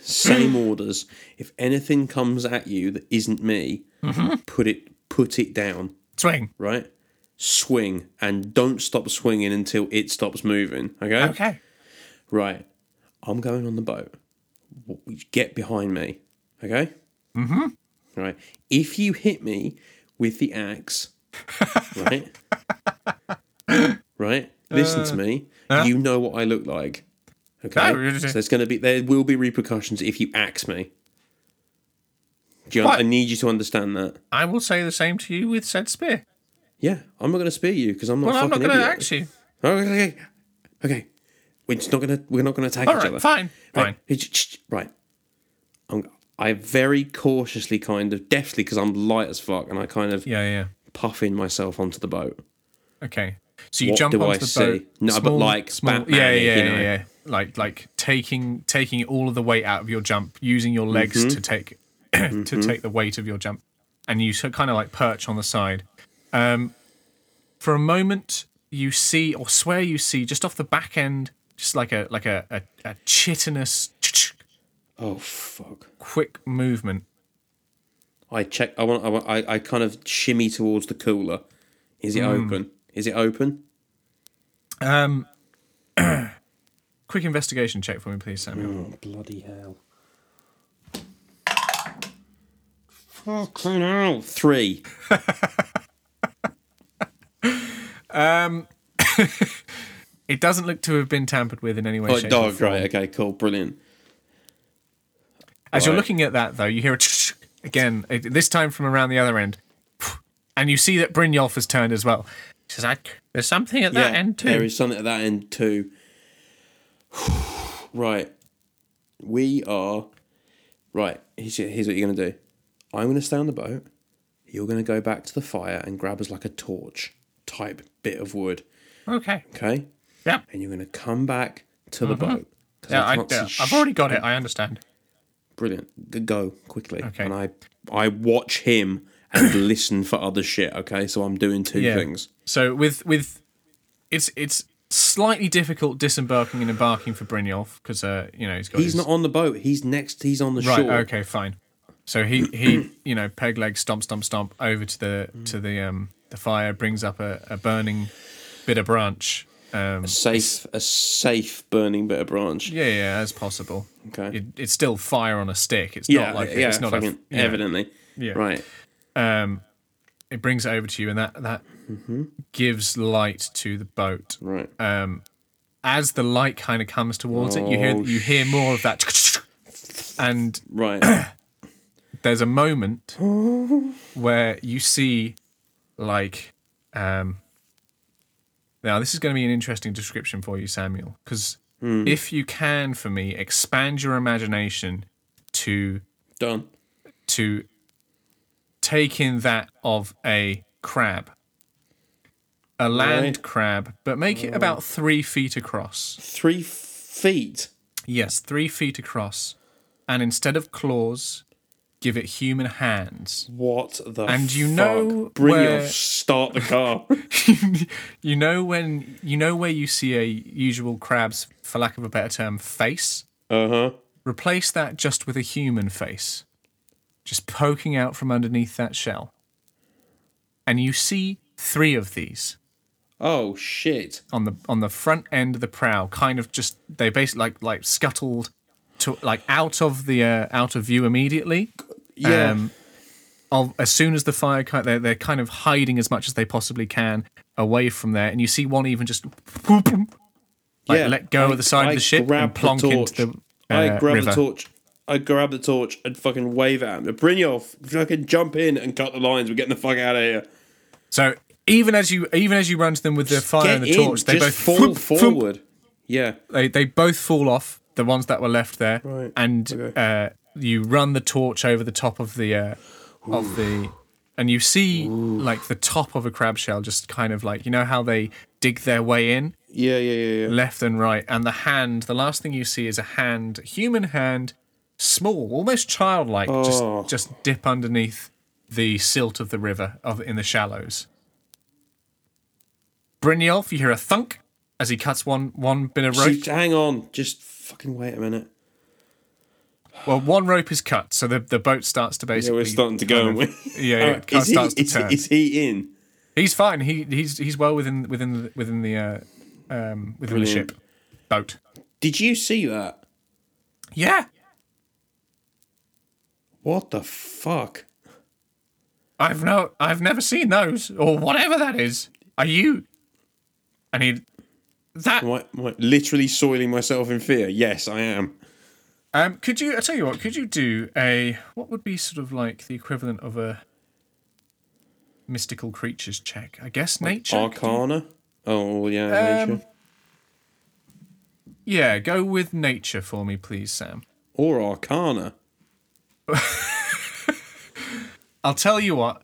[SPEAKER 2] Same orders. If anything comes at you that isn't me, put it put it down
[SPEAKER 1] Swing.
[SPEAKER 2] right? Swing and don't stop swinging until it stops moving. Okay?
[SPEAKER 1] Okay.
[SPEAKER 2] Right. I'm going on the boat. W- Get behind me. Okay? Mm-hmm. Right. If you hit me with
[SPEAKER 1] (laughs)
[SPEAKER 2] the axe, right? right?
[SPEAKER 1] Uh,
[SPEAKER 2] Listen to me. You know what I look like.
[SPEAKER 1] No,
[SPEAKER 2] Okay?
[SPEAKER 1] really-
[SPEAKER 2] So there's gonna be there will be repercussions if you axe me. Do you,
[SPEAKER 1] What?
[SPEAKER 2] I need you to understand that.
[SPEAKER 1] I will say the same to you with said spear.
[SPEAKER 2] Yeah, I'm not gonna spear you because I'm not
[SPEAKER 1] Well,
[SPEAKER 2] a
[SPEAKER 1] I'm not
[SPEAKER 2] fucking
[SPEAKER 1] going to
[SPEAKER 2] idiot.
[SPEAKER 1] axe you.
[SPEAKER 2] Oh, Okay, okay, okay. We're just not gonna we're not gonna attack
[SPEAKER 1] All
[SPEAKER 2] each
[SPEAKER 1] right,
[SPEAKER 2] other.
[SPEAKER 1] fine,
[SPEAKER 2] Right.
[SPEAKER 1] fine.
[SPEAKER 2] Hey, sh- sh- sh- Right. I'm, I very cautiously, kind of deftly, because I'm light as fuck, and I kind of
[SPEAKER 1] Yeah, yeah.
[SPEAKER 2] puffing myself onto the boat.
[SPEAKER 1] Okay. So you
[SPEAKER 2] What
[SPEAKER 1] jump
[SPEAKER 2] do
[SPEAKER 1] onto
[SPEAKER 2] I
[SPEAKER 1] the
[SPEAKER 2] see?
[SPEAKER 1] boat.
[SPEAKER 2] No, but like Batman,
[SPEAKER 1] yeah,
[SPEAKER 2] you
[SPEAKER 1] yeah,
[SPEAKER 2] know.
[SPEAKER 1] yeah, yeah. Like, like taking taking all of the weight out of your jump, using your legs
[SPEAKER 2] Mm-hmm.
[SPEAKER 1] to take (clears throat) to take the weight of your jump, and you kind of like perch on the side. Um, for a moment, you see or swear you see just off the back end, just like a like a a, a chitinous
[SPEAKER 2] Oh fuck!
[SPEAKER 1] quick movement.
[SPEAKER 2] I check. I want. I, want, I, I kind of shimmy towards the cooler. Is it
[SPEAKER 1] Mm.
[SPEAKER 2] open? Is it open?
[SPEAKER 1] Um, quick investigation check for me, please, Samuel.
[SPEAKER 2] Oh bloody hell! Fucking hell! Three.
[SPEAKER 1] It doesn't look to have been tampered with in any way,
[SPEAKER 2] Like
[SPEAKER 1] shape, or
[SPEAKER 2] dog.
[SPEAKER 1] form.
[SPEAKER 2] Right. Okay. Cool. Brilliant.
[SPEAKER 1] As you're
[SPEAKER 2] Right.
[SPEAKER 1] looking at that, though, you hear a again, it- this time from around the other end. And you see that Brynjolf has turned as well. She says, I, There's something at that end, too.
[SPEAKER 2] There is something at that end too. (sighs) right. We are right. Here's, here's what you're gonna do. I'm gonna stay on the boat. You're gonna go back to the fire and grab us like a torch type bit of wood.
[SPEAKER 1] Okay.
[SPEAKER 2] Okay.
[SPEAKER 1] Yeah.
[SPEAKER 2] And you're gonna come back to the boat.
[SPEAKER 1] Mm-hmm.
[SPEAKER 2] 'Cause
[SPEAKER 1] Yeah, I,
[SPEAKER 2] can't
[SPEAKER 1] yeah,
[SPEAKER 2] see
[SPEAKER 1] I've
[SPEAKER 2] sh-
[SPEAKER 1] already got it. I understand.
[SPEAKER 2] Brilliant. G- Go quickly.
[SPEAKER 1] Okay.
[SPEAKER 2] And I I watch him and (coughs) listen for other shit. Okay. So I'm doing two
[SPEAKER 1] Yeah.
[SPEAKER 2] things.
[SPEAKER 1] So with with it's it's slightly difficult disembarking and embarking for Brynjolf because uh, you know he's got
[SPEAKER 2] He's
[SPEAKER 1] his,
[SPEAKER 2] not on the boat. He's next. He's on the
[SPEAKER 1] right.
[SPEAKER 2] shore.
[SPEAKER 1] Okay, fine. So he he you know peg leg stomp stomp stomp over to the to the um the fire brings up a, a burning bit of branch. Um,
[SPEAKER 2] safe a safe burning bit of branch.
[SPEAKER 1] Yeah, yeah, that's possible.
[SPEAKER 2] Okay.
[SPEAKER 1] It, it's still fire on a stick. It's
[SPEAKER 2] yeah,
[SPEAKER 1] not like
[SPEAKER 2] yeah,
[SPEAKER 1] it's not
[SPEAKER 2] fucking
[SPEAKER 1] a, you know,
[SPEAKER 2] evidently.
[SPEAKER 1] Yeah.
[SPEAKER 2] Right.
[SPEAKER 1] Um, it brings it over to you, and that that
[SPEAKER 2] Mm-hmm.
[SPEAKER 1] gives light to the boat.
[SPEAKER 2] Right.
[SPEAKER 1] Um, as the light kind of comes towards it, you hear
[SPEAKER 2] Oh,
[SPEAKER 1] you hear more of that, and (coughs)
[SPEAKER 2] right.
[SPEAKER 1] there's a
[SPEAKER 2] (gasps)
[SPEAKER 1] moment
[SPEAKER 2] Oh.
[SPEAKER 1] where you see like um now this is going to be an interesting description for you samuel because
[SPEAKER 2] Hmm.
[SPEAKER 1] if you can for me expand your imagination to
[SPEAKER 2] Done.
[SPEAKER 1] to take in that of a crab a land
[SPEAKER 2] Right.
[SPEAKER 1] crab but make it about three feet across
[SPEAKER 2] Three feet.
[SPEAKER 1] Yes, three feet across, and instead of claws, give it human hands. (laughs)
[SPEAKER 2] What the
[SPEAKER 1] And you
[SPEAKER 2] fuck?
[SPEAKER 1] know
[SPEAKER 2] Bring
[SPEAKER 1] where-
[SPEAKER 2] your start
[SPEAKER 1] (laughs)
[SPEAKER 2] the car.
[SPEAKER 1] you know when you know where you see a usual crab's, for lack of a better term, face.
[SPEAKER 2] uh-huh.
[SPEAKER 1] Replace that just with a human face, just poking out from underneath that shell. And you see three of these
[SPEAKER 2] Oh shit.
[SPEAKER 1] on the on the front end of the prow, kind of just they basically like like scuttled to like out of the uh, out of view immediately.
[SPEAKER 2] Yeah.
[SPEAKER 1] um, of, as soon as the fire ki- they're, they're kind of hiding as much as they possibly can away from there and you see one even just whoop, like
[SPEAKER 2] Yeah,
[SPEAKER 1] let go
[SPEAKER 2] I-
[SPEAKER 1] of the side
[SPEAKER 2] I
[SPEAKER 1] of the ship
[SPEAKER 2] grab
[SPEAKER 1] and
[SPEAKER 2] the
[SPEAKER 1] plonk
[SPEAKER 2] torch.
[SPEAKER 1] into the uh,
[SPEAKER 2] I grab
[SPEAKER 1] river.
[SPEAKER 2] the torch. I grab the torch and fucking wave at him. Brynjolf, fucking jump in and cut the lines. We're getting the fuck out of here.
[SPEAKER 1] so even as you even as you run to them with the fire
[SPEAKER 2] Get
[SPEAKER 1] and the
[SPEAKER 2] in.
[SPEAKER 1] torch they
[SPEAKER 2] Just
[SPEAKER 1] both
[SPEAKER 2] fall
[SPEAKER 1] whoop, whoop,
[SPEAKER 2] forward. Yeah.
[SPEAKER 1] they, they both fall off the ones that were left there
[SPEAKER 2] Right,
[SPEAKER 1] and
[SPEAKER 2] okay.
[SPEAKER 1] uh, you run the torch over the top of the uh, of the and you see like the top of a crab shell just kind of like you know how they dig their way in
[SPEAKER 2] Yeah. Yeah. Yeah. yeah.
[SPEAKER 1] left and right and the hand the last thing you see is a hand human hand small, almost childlike,
[SPEAKER 2] Oh.
[SPEAKER 1] just just dip underneath the silt of the river of in the shallows. Brynjolf, you hear a thunk as he cuts one one bit of rope.
[SPEAKER 2] Just hang on. Just fucking wait a minute.
[SPEAKER 1] Well, one rope is cut, so the, the boat starts to
[SPEAKER 2] Yeah,
[SPEAKER 1] basically.
[SPEAKER 2] we're starting to go, aren't we? (laughs)
[SPEAKER 1] Yeah, yeah, it
[SPEAKER 2] is, he,
[SPEAKER 1] starts to
[SPEAKER 2] is,
[SPEAKER 1] turn.
[SPEAKER 2] is he in?
[SPEAKER 1] He's fine. He he's he's well within within the, within the uh, um, within
[SPEAKER 2] Brilliant.
[SPEAKER 1] the ship boat.
[SPEAKER 2] Did you see that?
[SPEAKER 1] Yeah,
[SPEAKER 2] What the fuck?
[SPEAKER 1] I've no I've never seen those or whatever that is. Are you? And he that
[SPEAKER 2] Am I, am I literally soiling myself in fear? Yes, I am.
[SPEAKER 1] Um, could you? I tell you what. Could you do a what would be sort of like the equivalent of a mystical creatures check? I guess nature.
[SPEAKER 2] Arcana? Oh, yeah,
[SPEAKER 1] Um,
[SPEAKER 2] nature.
[SPEAKER 1] Yeah, go with nature for me, please, Sam.
[SPEAKER 2] Or Arcana.
[SPEAKER 1] I'll tell you
[SPEAKER 2] (laughs)
[SPEAKER 1] what.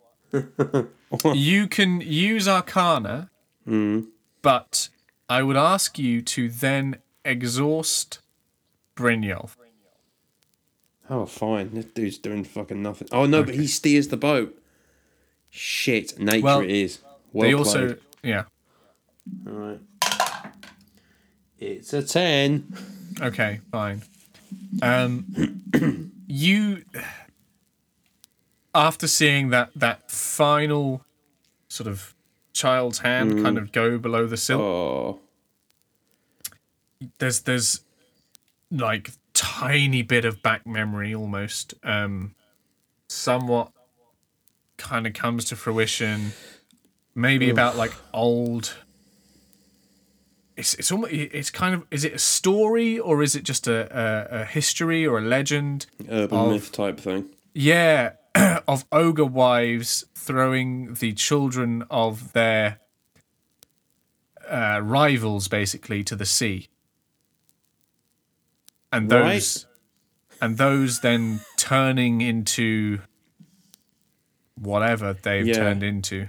[SPEAKER 1] you can use Arcana,
[SPEAKER 2] Hmm.
[SPEAKER 1] but I would ask you to then exhaust Brynjolf.
[SPEAKER 2] Oh, fine. This dude's doing fucking nothing. Oh, no, but he steers the boat. Shit, nature
[SPEAKER 1] Well,
[SPEAKER 2] it is. Well
[SPEAKER 1] They also,
[SPEAKER 2] played.
[SPEAKER 1] yeah.
[SPEAKER 2] All right. It's a 10.
[SPEAKER 1] Okay, fine. Um, (clears throat) you, after seeing that that final sort of child's hand
[SPEAKER 2] Hmm.
[SPEAKER 1] kind of go below the silt,
[SPEAKER 2] Oh.
[SPEAKER 1] there's there's like tiny bit of back memory almost, um, somewhat kind of comes to fruition. Maybe about like old. It's it's almost it's kind of is it a story or is it just a, a, a history or a legend?
[SPEAKER 2] Urban
[SPEAKER 1] Of-
[SPEAKER 2] myth type thing.
[SPEAKER 1] Yeah, (clears throat) of ogre wives throwing the children of their uh, rivals basically to the sea, and
[SPEAKER 2] Right.
[SPEAKER 1] those, and those then turning into whatever they've
[SPEAKER 2] Yeah.
[SPEAKER 1] turned into.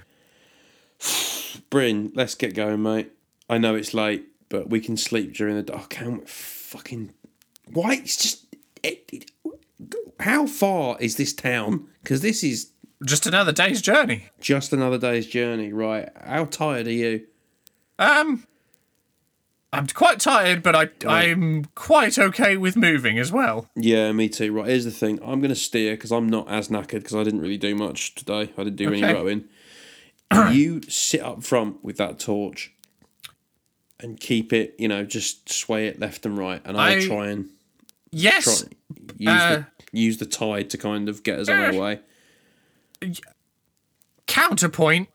[SPEAKER 2] Bryn, let's get going, mate. I know it's late, but we can sleep during the day. Oh, can we fucking? Why? It's just. It, it, how far is this town? Because this is
[SPEAKER 1] Just another day's journey.
[SPEAKER 2] just another day's journey, right? How tired are you?
[SPEAKER 1] Um, I'm quite tired, but I I'm quite okay with moving as well.
[SPEAKER 2] Yeah, me too. Right, here's the thing. I'm going to steer because I'm not as knackered because I didn't really do much today. I didn't do any
[SPEAKER 1] Okay. (clears throat)
[SPEAKER 2] rowing. you sit up front with that torch and keep it, you know, just sway it left and right. And I'll
[SPEAKER 1] I-
[SPEAKER 2] try and try,
[SPEAKER 1] Yes,
[SPEAKER 2] use
[SPEAKER 1] Uh,
[SPEAKER 2] the use the tide to kind of get us on our way.
[SPEAKER 1] counterpoint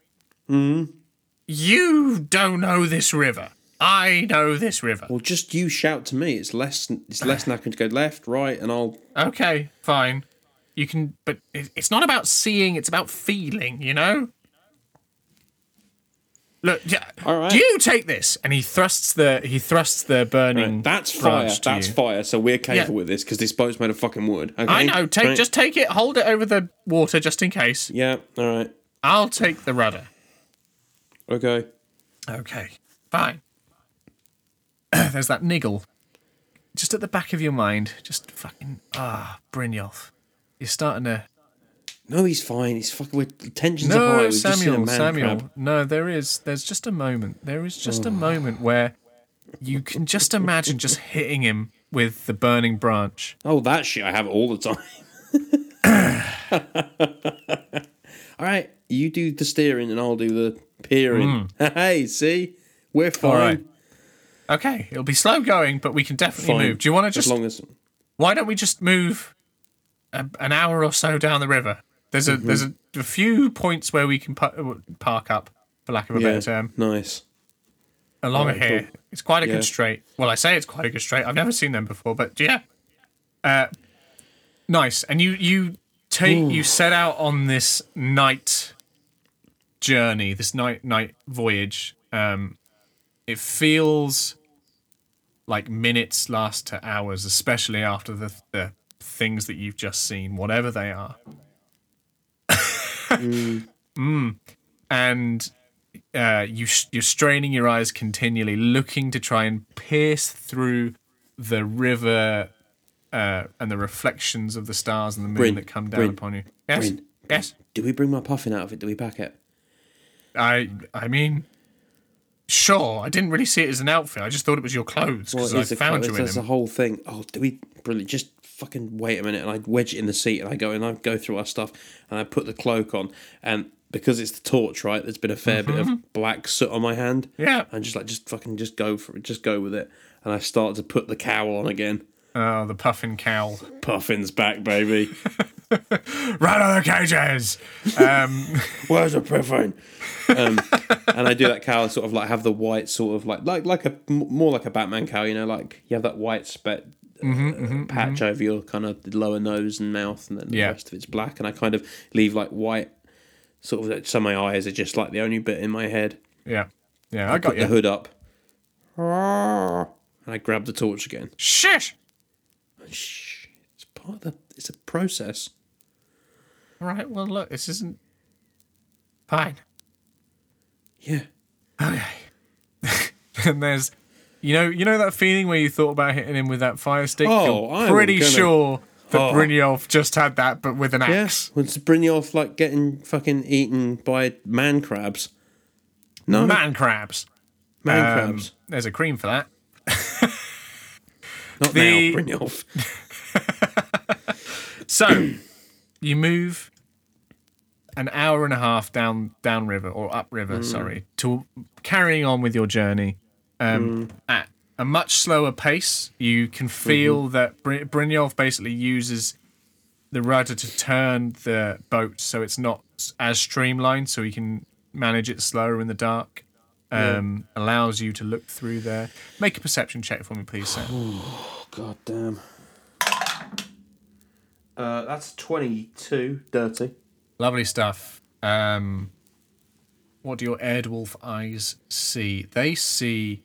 [SPEAKER 1] you don't know this river i know this river
[SPEAKER 2] Well, just you shout to me. It's less
[SPEAKER 1] (sighs)
[SPEAKER 2] it's less knackered to go left, right, and I'll
[SPEAKER 1] okay fine you can but it- it's not about seeing it's about feeling you know look yeah
[SPEAKER 2] All right.
[SPEAKER 1] you take this and he thrusts the he thrusts the burning
[SPEAKER 2] that's fire.
[SPEAKER 1] branch to
[SPEAKER 2] That's
[SPEAKER 1] you.
[SPEAKER 2] fire. So we're capable
[SPEAKER 1] Yeah.
[SPEAKER 2] with this because this boat's made of fucking wood. Okay?
[SPEAKER 1] i know take
[SPEAKER 2] Right.
[SPEAKER 1] just take it hold it over the water just in case
[SPEAKER 2] yeah. All right.
[SPEAKER 1] i'll take the rudder
[SPEAKER 2] Okay.
[SPEAKER 1] Okay, fine. (clears throat) There's that niggle. Just at the back of your mind, just fucking ah, Brynjolf. You're starting to
[SPEAKER 2] No, he's fine. He's fucking. We're, tensions are high.
[SPEAKER 1] no,
[SPEAKER 2] We've just seen a
[SPEAKER 1] Samuel,
[SPEAKER 2] man
[SPEAKER 1] Samuel.
[SPEAKER 2] crab. Oh.
[SPEAKER 1] No, there is. There's just a moment. There is just a moment where you can just imagine
[SPEAKER 2] (laughs)
[SPEAKER 1] just hitting him with the burning branch.
[SPEAKER 2] Oh, that shit I have all the time. (laughs) all right, you do the steering and I'll do the peering. (laughs) hey, see, we're fine.
[SPEAKER 1] Mm. right. Okay, it'll be slow going, but we can definitely
[SPEAKER 2] Fine.
[SPEAKER 1] move. Do you want to
[SPEAKER 2] As
[SPEAKER 1] just?
[SPEAKER 2] long as
[SPEAKER 1] Why don't we just move a, an hour or so down the river? There's a there's
[SPEAKER 2] Mhm.
[SPEAKER 1] a, a few points where we can pu- park up, for lack of a
[SPEAKER 2] yeah,
[SPEAKER 1] better term,
[SPEAKER 2] nice.
[SPEAKER 1] along
[SPEAKER 2] Alright,
[SPEAKER 1] here.
[SPEAKER 2] cool.
[SPEAKER 1] It's quite a
[SPEAKER 2] Yeah.
[SPEAKER 1] good straight. Well, I say it's quite a good straight. I've never seen them before, but yeah, uh, nice. And you you take you set out on this night journey, this night night voyage. Um, it feels like minutes last to hours, especially after the the things that you've just seen, whatever they are.
[SPEAKER 2] (laughs) Mm.
[SPEAKER 1] Mm. and uh, you sh- you're straining your eyes continually, looking to try and pierce through the river uh, and the reflections of the stars and the moon
[SPEAKER 2] Bryn,
[SPEAKER 1] that come down
[SPEAKER 2] Bryn,
[SPEAKER 1] upon you. Yes,
[SPEAKER 2] Bryn.
[SPEAKER 1] yes.
[SPEAKER 2] Do we bring my puffin out of it? Do we pack it?
[SPEAKER 1] I I mean, sure. I didn't really see it as an outfit. I just thought it was your clothes because
[SPEAKER 2] it
[SPEAKER 1] I
[SPEAKER 2] is a
[SPEAKER 1] found
[SPEAKER 2] clo-
[SPEAKER 1] you in
[SPEAKER 2] That's
[SPEAKER 1] them.
[SPEAKER 2] the whole thing. Oh, do we? Brilliant. Just fucking wait a minute. And I wedge it in the seat and I go and I go through our stuff and I put the cloak on. And because it's the torch, right? There's been a fair bit of black soot on my hand.
[SPEAKER 1] Mm-hmm. Yeah.
[SPEAKER 2] And just like, just fucking just go for it. Just go with it. And I start to put the cowl on again.
[SPEAKER 1] Oh, the puffin cowl.
[SPEAKER 2] Puffin's back, baby.
[SPEAKER 1] Right out of the cages. Um,
[SPEAKER 2] Where's the puffin? Um, and I do that cowl, sort of like have the white, sort of like like like a m- more like a Batman cowl, you know, like you have that white spec uh,
[SPEAKER 1] Mm-hmm,
[SPEAKER 2] patch over your kind of lower nose and mouth, and then the
[SPEAKER 1] Yeah.
[SPEAKER 2] rest of it's black. And I kind of leave like white, sort of like some of my eyes are just like the only bit in my head.
[SPEAKER 1] yeah, yeah. I got
[SPEAKER 2] The
[SPEAKER 1] you.
[SPEAKER 2] hood up, and I grab the torch again.
[SPEAKER 1] Shit.
[SPEAKER 2] Shh, it's part of the. It's a process.
[SPEAKER 1] All right. Well, look. This isn't fine. (laughs)
[SPEAKER 2] Yeah.
[SPEAKER 1] Okay. and there's, you know, you know that feeling where you thought about hitting him with that fire stick.
[SPEAKER 2] Oh,
[SPEAKER 1] You're
[SPEAKER 2] I'm
[SPEAKER 1] pretty
[SPEAKER 2] gonna-
[SPEAKER 1] sure that
[SPEAKER 2] Oh.
[SPEAKER 1] Brynjolf just had that, but with an axe.
[SPEAKER 2] Yes. When Brynjolf like getting fucking eaten by man crabs. No, man,
[SPEAKER 1] Man crabs. Um,
[SPEAKER 2] crabs.
[SPEAKER 1] There's a cream for that.
[SPEAKER 2] Not
[SPEAKER 1] the-
[SPEAKER 2] now, Brynjolf.
[SPEAKER 1] So (clears throat) you move an hour and a half down downriver or upriver, sorry, to carrying on with your journey um, at a much slower pace. You can feel that Br- Brynjolf basically uses the rudder to turn the boat so it's not s- as streamlined, so he can manage it slower in the dark. Um, Allows you to look through there. Make a perception check for me, please, sir.
[SPEAKER 2] Oh, God damn. Uh, that's twenty-two dirty.
[SPEAKER 1] Lovely stuff. Um, what do your Erdwolf eyes see? They see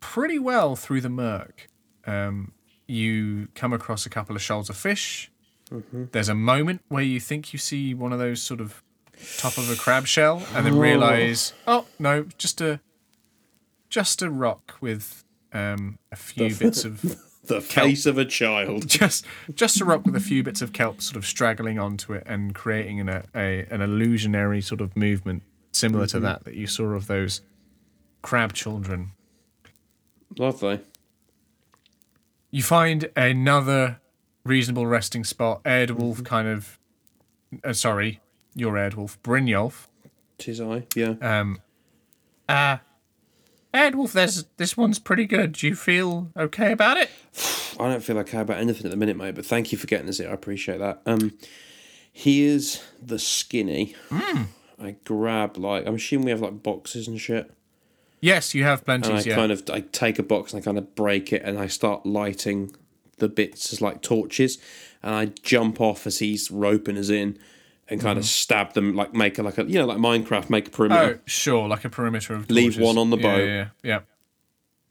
[SPEAKER 1] pretty well through the murk. Um, you come across a couple of shoals of fish. There's a moment where you think you see one of those sort of top of a crab shell, and then realize, oh no, just a just a rock with um, a few bits of
[SPEAKER 2] The face of a child.
[SPEAKER 1] just just a rock with a few bits of kelp sort of straggling onto it and creating an, a, an illusionary sort of movement similar to that that you saw of those crab children.
[SPEAKER 2] Lovely.
[SPEAKER 1] You find another reasonable resting spot. Erdwolf kind of, uh, sorry, your Erdwolf, Brynjolf.
[SPEAKER 2] Tis I. Yeah.
[SPEAKER 1] Um, uh, Erdwolf, there's, this one's pretty good. Do you feel okay about it?
[SPEAKER 2] I don't feel like I care about anything at the minute, mate. But thank you for getting us here. I appreciate that. Um, here's the skinny. I grab like I'm assuming we have like boxes and shit.
[SPEAKER 1] Yes, you have plenty.
[SPEAKER 2] and I
[SPEAKER 1] yeah.
[SPEAKER 2] kind of I take a box and I kind of break it and I start lighting the bits as like torches, and I jump off as he's roping us in, and kind of stab them like make a like a you know like Minecraft make a perimeter
[SPEAKER 1] Oh, sure, like a perimeter of
[SPEAKER 2] Leave
[SPEAKER 1] torches.
[SPEAKER 2] one on the
[SPEAKER 1] Yeah,
[SPEAKER 2] boat.
[SPEAKER 1] Yeah, yeah.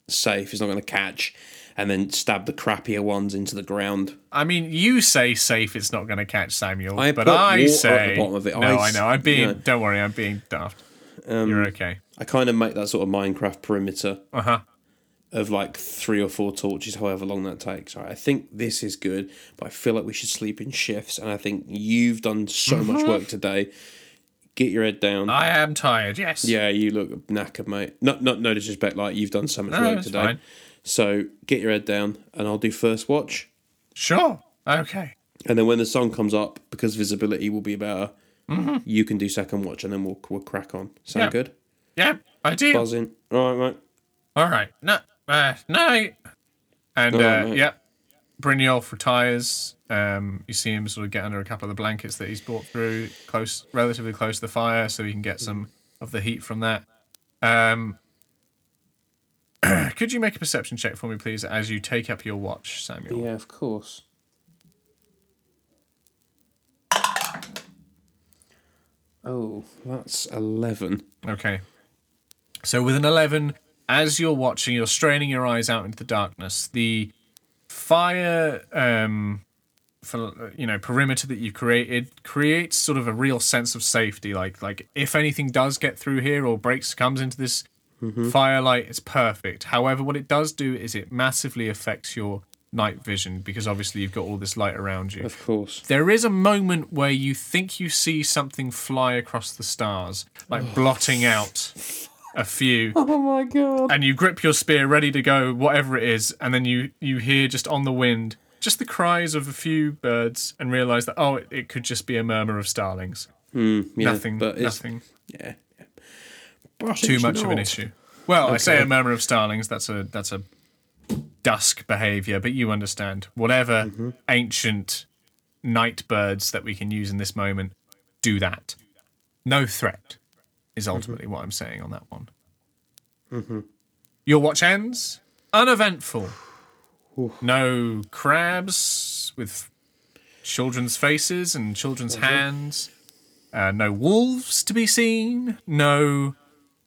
[SPEAKER 2] safe. He's not going to catch, and then stab the crappier ones into the ground.
[SPEAKER 1] I mean, you say safe it's not going to catch Samuel,
[SPEAKER 2] I
[SPEAKER 1] but
[SPEAKER 2] put water
[SPEAKER 1] I
[SPEAKER 2] at
[SPEAKER 1] say
[SPEAKER 2] the Um, bottom of it.
[SPEAKER 1] no.
[SPEAKER 2] I
[SPEAKER 1] I,
[SPEAKER 2] s-
[SPEAKER 1] know. I'm being.
[SPEAKER 2] no.
[SPEAKER 1] Don't worry. I'm being daft. You're okay.
[SPEAKER 2] I kind of make that sort of Minecraft perimeter
[SPEAKER 1] Uh huh.
[SPEAKER 2] of like three or four torches, however long that takes. All right, I think this is good, but I feel like we should sleep in shifts. And I think you've done so much work today. Get your head down.
[SPEAKER 1] I am tired. Yes.
[SPEAKER 2] Yeah, you look knackered, mate. No, no, no disrespect. Like you've done so much
[SPEAKER 1] No,
[SPEAKER 2] work
[SPEAKER 1] it's
[SPEAKER 2] today.
[SPEAKER 1] fine.
[SPEAKER 2] So get your head down, and I'll do first watch.
[SPEAKER 1] Sure. Okay.
[SPEAKER 2] And then when the sun comes up, because visibility will be better, you can do second watch, and then we'll we'll crack on. Sound
[SPEAKER 1] Mm-hmm. Yeah.
[SPEAKER 2] good?
[SPEAKER 1] Yeah. I do.
[SPEAKER 2] Buzzing. All right, mate.
[SPEAKER 1] All right. No. Uh, no. And uh,
[SPEAKER 2] Alright, mate.
[SPEAKER 1] yeah, Brynjolf retires. Um, you see him sort of get under a couple of the blankets that he's brought through, close, relatively close to the fire, so he can get some of the heat from that. Um, (clears throat) could you make a perception check for me, please, as you take up your watch, Samuel?
[SPEAKER 2] Yeah, of course. Oh, that's eleven.
[SPEAKER 1] Okay. So with an 11, as you're watching, you're straining your eyes out into the darkness. The fire, um, for, you know, perimeter that you've created creates sort of a real sense of safety. Like, like if anything does get through here or breaks comes into this firelight, it's perfect. However, what it does do is it massively affects your night vision because obviously you've got all this light around you.
[SPEAKER 2] Of course.
[SPEAKER 1] There is a moment where you think you see something fly across the stars, like blotting out a few,
[SPEAKER 2] Oh my god.
[SPEAKER 1] and you grip your spear ready to go, whatever it is, and then you you hear just on the wind just the cries of a few birds and realize that oh, it, it could just be a murmur of starlings.
[SPEAKER 2] Yeah,
[SPEAKER 1] nothing,
[SPEAKER 2] But it's,
[SPEAKER 1] nothing
[SPEAKER 2] Yeah. yeah. But
[SPEAKER 1] too
[SPEAKER 2] it's
[SPEAKER 1] much of an
[SPEAKER 2] not.
[SPEAKER 1] issue. Well, I say
[SPEAKER 2] Okay.
[SPEAKER 1] a murmur of starlings. That's a that's a dusk behaviour, but you understand. Whatever
[SPEAKER 2] Mm-hmm.
[SPEAKER 1] ancient night birds that we can use in this moment do that. No threat
[SPEAKER 2] Mm-hmm.
[SPEAKER 1] is ultimately what I'm saying on that one. Your watch ends uneventful. No crabs with children's faces and children's hands. Uh, no wolves to be seen. No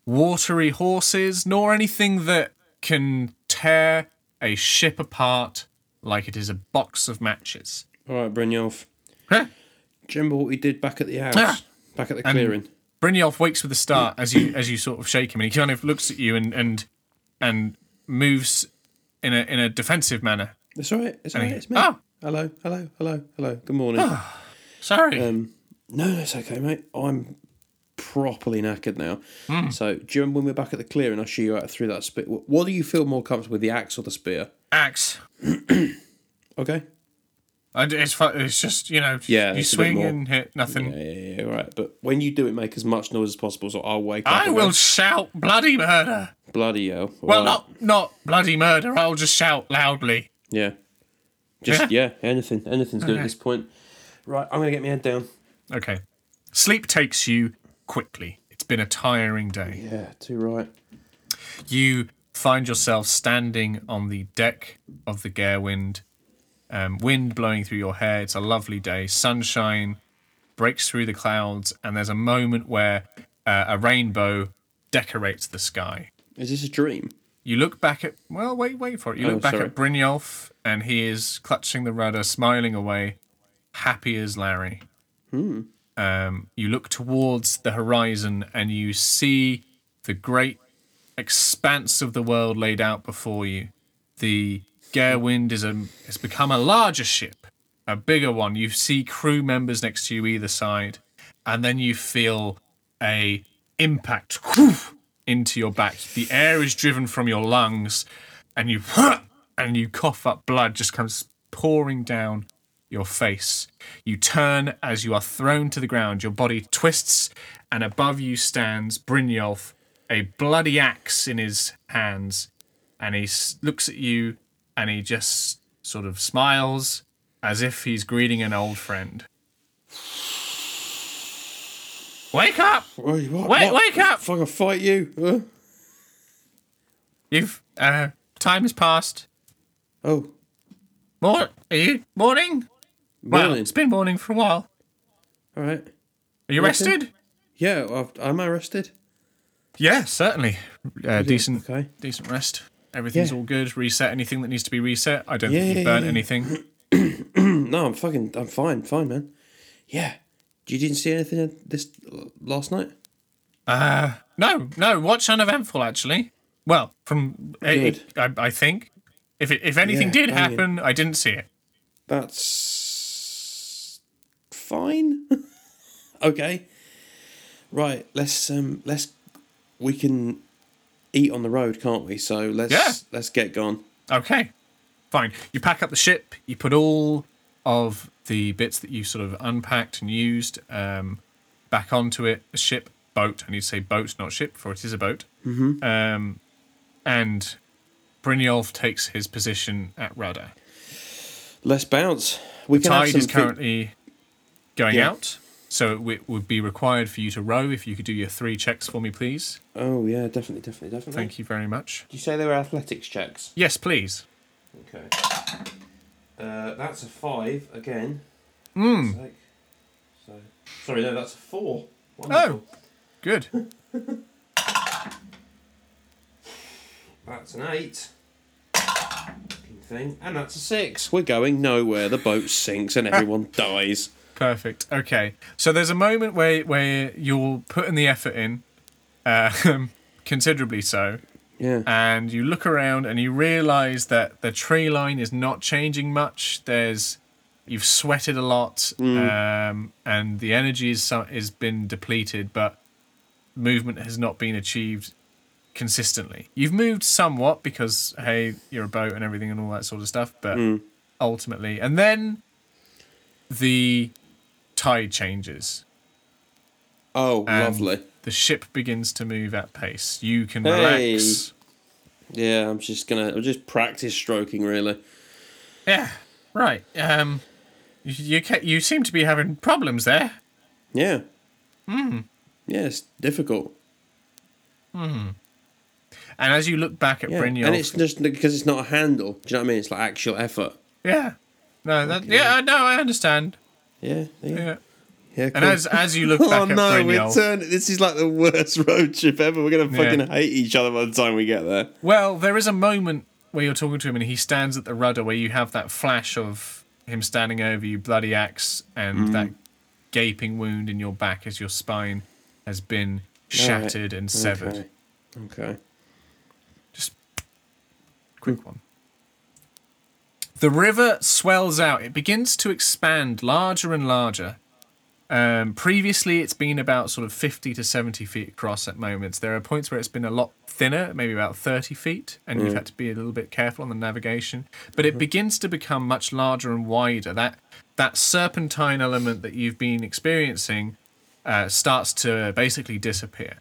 [SPEAKER 1] watery horses, nor anything that can tear a ship apart like it is a box of matches.
[SPEAKER 2] All right, Brynjolf.
[SPEAKER 1] Huh?
[SPEAKER 2] Do you remember what we did back at the house?
[SPEAKER 1] Ah!
[SPEAKER 2] Back at the clearing.
[SPEAKER 1] Brynjolf wakes with a start as you as you sort of shake him, and he kind of looks at you and and and moves in a in a defensive manner.
[SPEAKER 2] It's all right. It's all right.
[SPEAKER 1] he-
[SPEAKER 2] It's me.
[SPEAKER 1] Oh.
[SPEAKER 2] Hello, hello, hello, hello. Good morning.
[SPEAKER 1] Ah. Sorry.
[SPEAKER 2] Um, no, no, it's okay, mate. I'm properly knackered now.
[SPEAKER 1] Hmm.
[SPEAKER 2] So, do you remember when we we're back at the clearing? I shoot you out through that spear. What what do you feel more comfortable with, the axe or the spear?
[SPEAKER 1] Axe.
[SPEAKER 2] Okay.
[SPEAKER 1] And it's fu- it's just you know
[SPEAKER 2] Yeah,
[SPEAKER 1] you
[SPEAKER 2] it's a bit
[SPEAKER 1] swing
[SPEAKER 2] more-
[SPEAKER 1] and hit nothing.
[SPEAKER 2] Yeah, yeah, yeah, all right. But when you do it, make as much noise as possible, so I'll wake up.
[SPEAKER 1] I
[SPEAKER 2] and
[SPEAKER 1] will
[SPEAKER 2] go,
[SPEAKER 1] shout bloody murder.
[SPEAKER 2] Bloody hell. All
[SPEAKER 1] Well,
[SPEAKER 2] right.
[SPEAKER 1] not not bloody murder. I'll just shout loudly.
[SPEAKER 2] Yeah. Just yeah, anything, anything's good at this point. Right, I'm gonna get my head down.
[SPEAKER 1] Okay. Sleep takes you quickly. It's been a tiring day.
[SPEAKER 2] Yeah, too right.
[SPEAKER 1] you find yourself standing on the deck of the Garewind, um, wind blowing through your hair. It's a lovely day. Sunshine breaks through the clouds, and there's a moment where uh, a rainbow decorates the sky.
[SPEAKER 2] Is this a dream?
[SPEAKER 1] You look back at well, wait, wait for it. You look
[SPEAKER 2] Oh,
[SPEAKER 1] back
[SPEAKER 2] sorry.
[SPEAKER 1] at Brynjolf, and he is clutching the rudder, smiling away, happy as Larry.
[SPEAKER 2] Hmm.
[SPEAKER 1] Um, you look towards the horizon, and you see the great expanse of the world laid out before you. The Garewind is a has become a larger ship, a bigger one. You see crew members next to you either side, and then you feel a impact whoosh, into your back. The air is driven from your lungs, and you (laughs) and you cough up blood just comes pouring down your face. You turn as you are thrown to the ground. Your body twists, and above you stands Brynjolf, a bloody axe in his hands. And he s- looks at you and he just sort of smiles as if he's greeting an old friend. Wake up!
[SPEAKER 2] Wait, what,
[SPEAKER 1] Wait, wake up!
[SPEAKER 2] If I can fight you. Huh?
[SPEAKER 1] You've, uh, time has passed.
[SPEAKER 2] Oh,
[SPEAKER 1] Mor- are you morning? Well,
[SPEAKER 2] morning.
[SPEAKER 1] it's been morning for a while.
[SPEAKER 2] All right.
[SPEAKER 1] Are you
[SPEAKER 2] Reckon?
[SPEAKER 1] rested?
[SPEAKER 2] Yeah, well, am I rested?
[SPEAKER 1] Yeah, certainly. Uh, decent,
[SPEAKER 2] Okay. (clears throat)
[SPEAKER 1] decent rest. Everything's
[SPEAKER 2] Yeah.
[SPEAKER 1] all good. Reset anything that needs to be reset. I don't
[SPEAKER 2] Yeah,
[SPEAKER 1] think you
[SPEAKER 2] yeah,
[SPEAKER 1] burnt
[SPEAKER 2] yeah.
[SPEAKER 1] anything.
[SPEAKER 2] No, I'm fucking. I'm fine. Fine, man. Yeah. You didn't see anything this last night?
[SPEAKER 1] Uh, no, no. Watch uneventful actually. Well, from it,
[SPEAKER 2] Good.
[SPEAKER 1] I, I think, if it, if anything
[SPEAKER 2] Yeah,
[SPEAKER 1] did
[SPEAKER 2] banging.
[SPEAKER 1] happen, I didn't see it.
[SPEAKER 2] That's fine. (laughs) okay. Right, let's um let's we can eat on the road, can't we? So let's
[SPEAKER 1] Yeah.
[SPEAKER 2] let's get gone.
[SPEAKER 1] Okay, fine. You pack up the ship. You put all of the bits that you sort of unpacked and used um, back onto it. The ship, boat. I need to say boat, not ship, for it is a boat. Mm-hmm. Um, and Brynjolf takes his position at rudder.
[SPEAKER 2] Let's bounce. We can have
[SPEAKER 1] Tide
[SPEAKER 2] some
[SPEAKER 1] is
[SPEAKER 2] thi-
[SPEAKER 1] currently going
[SPEAKER 2] Yeah.
[SPEAKER 1] out, so it w- would be required for you to row. If you could do your three checks for me, please.
[SPEAKER 2] Oh yeah, definitely, definitely, definitely.
[SPEAKER 1] Thank you very much.
[SPEAKER 2] Did you say they were athletics checks?
[SPEAKER 1] Yes, please.
[SPEAKER 2] Okay. Uh, that's a five again.
[SPEAKER 1] Hmm.
[SPEAKER 2] Sake. So sorry, no, that's a four.
[SPEAKER 1] Oh.
[SPEAKER 2] Wonderful.
[SPEAKER 1] Good.
[SPEAKER 2] That's an eight. Fucking Thing. And that's a six. We're going nowhere. The boat sinks and everyone
[SPEAKER 1] (laughs)
[SPEAKER 2] dies.
[SPEAKER 1] Perfect. Okay. So there's a moment where where you're putting the effort in, uh, (laughs) considerably so,
[SPEAKER 2] Yeah.
[SPEAKER 1] and you look around and you realize that the tree line is not changing much. There's you've sweated a lot, um, and the energy is so- has been depleted, but movement has not been achieved consistently. You've moved somewhat because hey, you're a boat and everything and all that sort of stuff, but ultimately, and then the tide changes.
[SPEAKER 2] Oh,
[SPEAKER 1] and
[SPEAKER 2] lovely.
[SPEAKER 1] The ship begins to move at pace. You can
[SPEAKER 2] Hey.
[SPEAKER 1] relax.
[SPEAKER 2] Yeah, I'm just gonna I'm just practice stroking really.
[SPEAKER 1] Yeah, right. Um, you you, ca- you seem to be having problems there.
[SPEAKER 2] Yeah. Hmm. Yeah, it's difficult.
[SPEAKER 1] And as you look back at
[SPEAKER 2] Yeah.
[SPEAKER 1] Brynjolf,
[SPEAKER 2] And it's just because it's not a handle. Do you know what I mean? It's like actual effort.
[SPEAKER 1] yeah, no, that, yeah, no, I understand.
[SPEAKER 2] Yeah. Yeah.
[SPEAKER 1] Yeah,
[SPEAKER 2] yeah
[SPEAKER 1] and
[SPEAKER 2] cool.
[SPEAKER 1] as as you
[SPEAKER 2] (laughs)
[SPEAKER 1] look
[SPEAKER 2] Oh
[SPEAKER 1] back at
[SPEAKER 2] no, we
[SPEAKER 1] Brynjolf,
[SPEAKER 2] turn. This is like the worst (laughs) road trip ever. We're gonna
[SPEAKER 1] Yeah.
[SPEAKER 2] fucking hate each other by the time we get there.
[SPEAKER 1] well, there is a moment where you're talking to him and he stands at the rudder where you have that flash of him standing over you, bloody axe, and
[SPEAKER 2] Mm.
[SPEAKER 1] that gaping wound in your back as your spine has been shattered and severed.
[SPEAKER 2] Okay. Okay.
[SPEAKER 1] Just quick one. The river swells out. It begins to expand larger and larger. Um, previously, it's been about sort of 50 to 70 feet across at moments. There are points where it's been a lot thinner, maybe about 30 feet, and
[SPEAKER 2] Mm.
[SPEAKER 1] you've had to be a little bit careful on the navigation. But
[SPEAKER 2] Mm-hmm.
[SPEAKER 1] it begins to become much larger and wider. That that serpentine element that you've been experiencing uh, starts to basically disappear.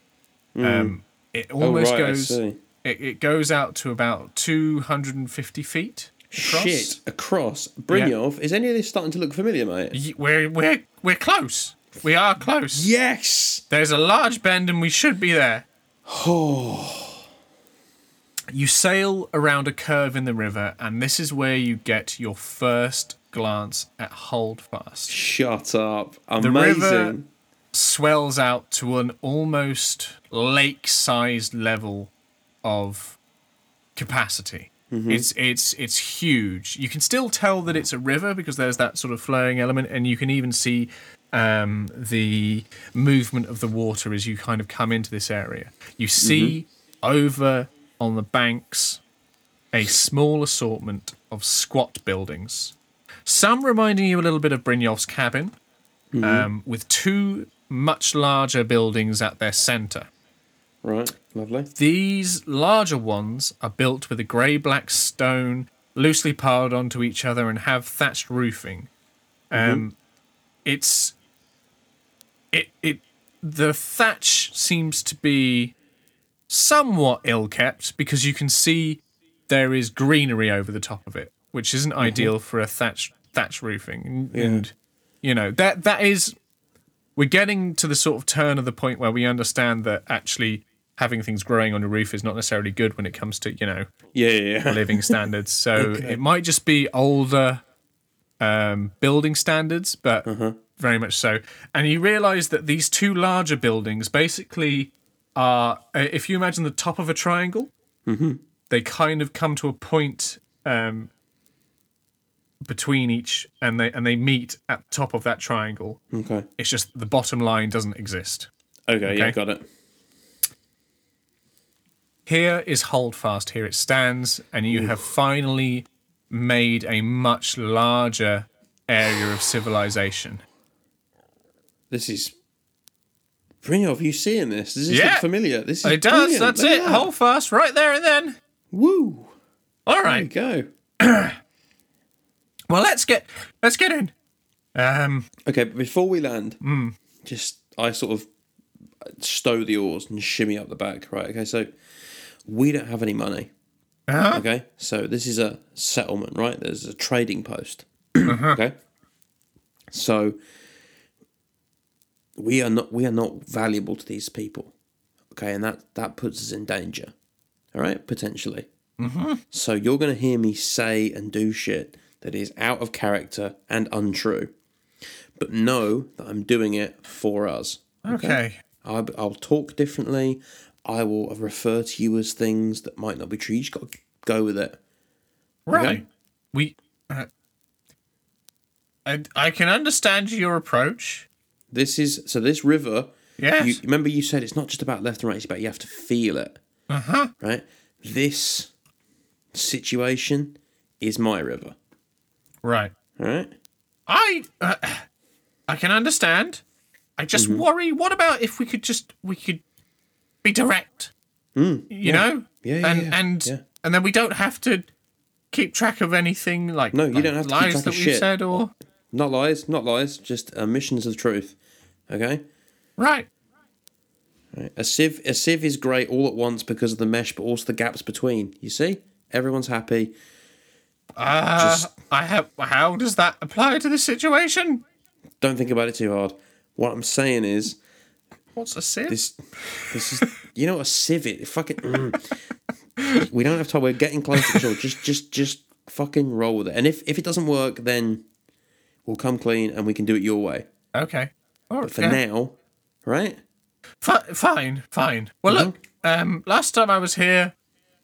[SPEAKER 1] Um, it almost
[SPEAKER 2] Mm. Oh, right, I
[SPEAKER 1] goes.
[SPEAKER 2] see.
[SPEAKER 1] It, it goes out to about 250 feet. Across.
[SPEAKER 2] Shit across Brynjolf. Is any of this starting to look familiar, mate?
[SPEAKER 1] Y- We're we're we're close. We are close.
[SPEAKER 2] Yes.
[SPEAKER 1] There's a large bend and we should be there. you sail around a curve in the river, and this is where you get your first glance at Holdfast.
[SPEAKER 2] Shut up.
[SPEAKER 1] The
[SPEAKER 2] Amazing.
[SPEAKER 1] river swells out to an almost lake-sized level of capacity. It's it's it's huge. You can still tell that it's a river because there's that sort of flowing element, and you can even see um, the movement of the water as you kind of come into this area. You see over on the banks a small assortment of squat buildings, some reminding you a little bit of Brynjolf's cabin, um, with two much larger buildings at their centre.
[SPEAKER 2] Right. Lovely.
[SPEAKER 1] These larger ones are built with a grey black stone, loosely piled onto each other, and have thatched roofing. Um, It's it it the thatch seems to be somewhat ill kept because you can see there is greenery over the top of it, which isn't ideal for a thatch thatch roofing. And, and you know that that is we're getting to the sort of turn of the point where we understand that actually having things growing on your roof is not necessarily good when it comes to you know
[SPEAKER 2] Yeah. Yeah. yeah.
[SPEAKER 1] living standards. So it might just be older um, building standards, but very much so. And you realize that these two larger buildings basically are, uh, if you imagine the top of a triangle, they kind of come to a point um, between each, and they and they meet at the top of that triangle.
[SPEAKER 2] Okay.
[SPEAKER 1] It's just the bottom line doesn't exist.
[SPEAKER 2] Okay. Yeah.
[SPEAKER 1] Okay.
[SPEAKER 2] Got it.
[SPEAKER 1] Here is Holdfast, here it stands, and you have finally made a much larger area of civilization.
[SPEAKER 2] This is. Brynjolf, you seeing this? Does this
[SPEAKER 1] Yeah.
[SPEAKER 2] look familiar? This is
[SPEAKER 1] It does,
[SPEAKER 2] brilliant.
[SPEAKER 1] that's
[SPEAKER 2] Look
[SPEAKER 1] it.
[SPEAKER 2] at that.
[SPEAKER 1] Holdfast, right there and then.
[SPEAKER 2] Woo!
[SPEAKER 1] All
[SPEAKER 2] There you
[SPEAKER 1] right.
[SPEAKER 2] go.
[SPEAKER 1] Well, let's get let's get in. Um
[SPEAKER 2] Okay, but before we land, just I sort of stow the oars and shimmy up the back. Right. Okay. So we don't have any money.
[SPEAKER 1] uh-huh.
[SPEAKER 2] Okay. So this is a settlement, right? There's a trading post. Okay. So we are not we are not valuable to these people. Okay, and that that puts us in danger. All right, potentially. So you're going to hear me say and do shit that is out of character and untrue. But know that I'm doing it for us.
[SPEAKER 1] Okay.
[SPEAKER 2] I, I'll talk differently. I will refer to you as things that might not be true. You just got to go with it.
[SPEAKER 1] Right. We uh, I, I can understand your approach.
[SPEAKER 2] This is so. This river.
[SPEAKER 1] Yes.
[SPEAKER 2] You, remember, you said it's not just about left and right. It's about you have to feel it. Uh huh. Right. this situation is my river.
[SPEAKER 1] Right.
[SPEAKER 2] All right.
[SPEAKER 1] I uh, I can understand. I just
[SPEAKER 2] Mm-hmm.
[SPEAKER 1] worry. What about if we could just we could be direct? you know.
[SPEAKER 2] Mm, Yeah, yeah,
[SPEAKER 1] and
[SPEAKER 2] yeah,
[SPEAKER 1] and
[SPEAKER 2] yeah.
[SPEAKER 1] and then we don't have to keep track of anything like
[SPEAKER 2] No, you
[SPEAKER 1] like
[SPEAKER 2] don't have to keep
[SPEAKER 1] lies
[SPEAKER 2] track
[SPEAKER 1] that
[SPEAKER 2] of
[SPEAKER 1] we've
[SPEAKER 2] shit.
[SPEAKER 1] said or
[SPEAKER 2] Not lies, not lies, just omissions of truth. Okay?
[SPEAKER 1] right.
[SPEAKER 2] Right. A sieve a sieve is great all at once because of the mesh but also the gaps between. You see? Everyone's happy.
[SPEAKER 1] Uh, I have. How does that apply to this situation?
[SPEAKER 2] Don't think about it too hard. What I'm saying is
[SPEAKER 1] What's a sieve?
[SPEAKER 2] this this is you know a sieve it fucking mm. We don't have time, we're getting close to the shore. Just just just fucking roll with it. And if, if it doesn't work then we'll come clean and we can do it your way.
[SPEAKER 1] okay. All right.
[SPEAKER 2] For
[SPEAKER 1] yeah.
[SPEAKER 2] now, right?
[SPEAKER 1] Fi fine, fine. Well,
[SPEAKER 2] Mm-hmm.
[SPEAKER 1] look. Um, last time I was here,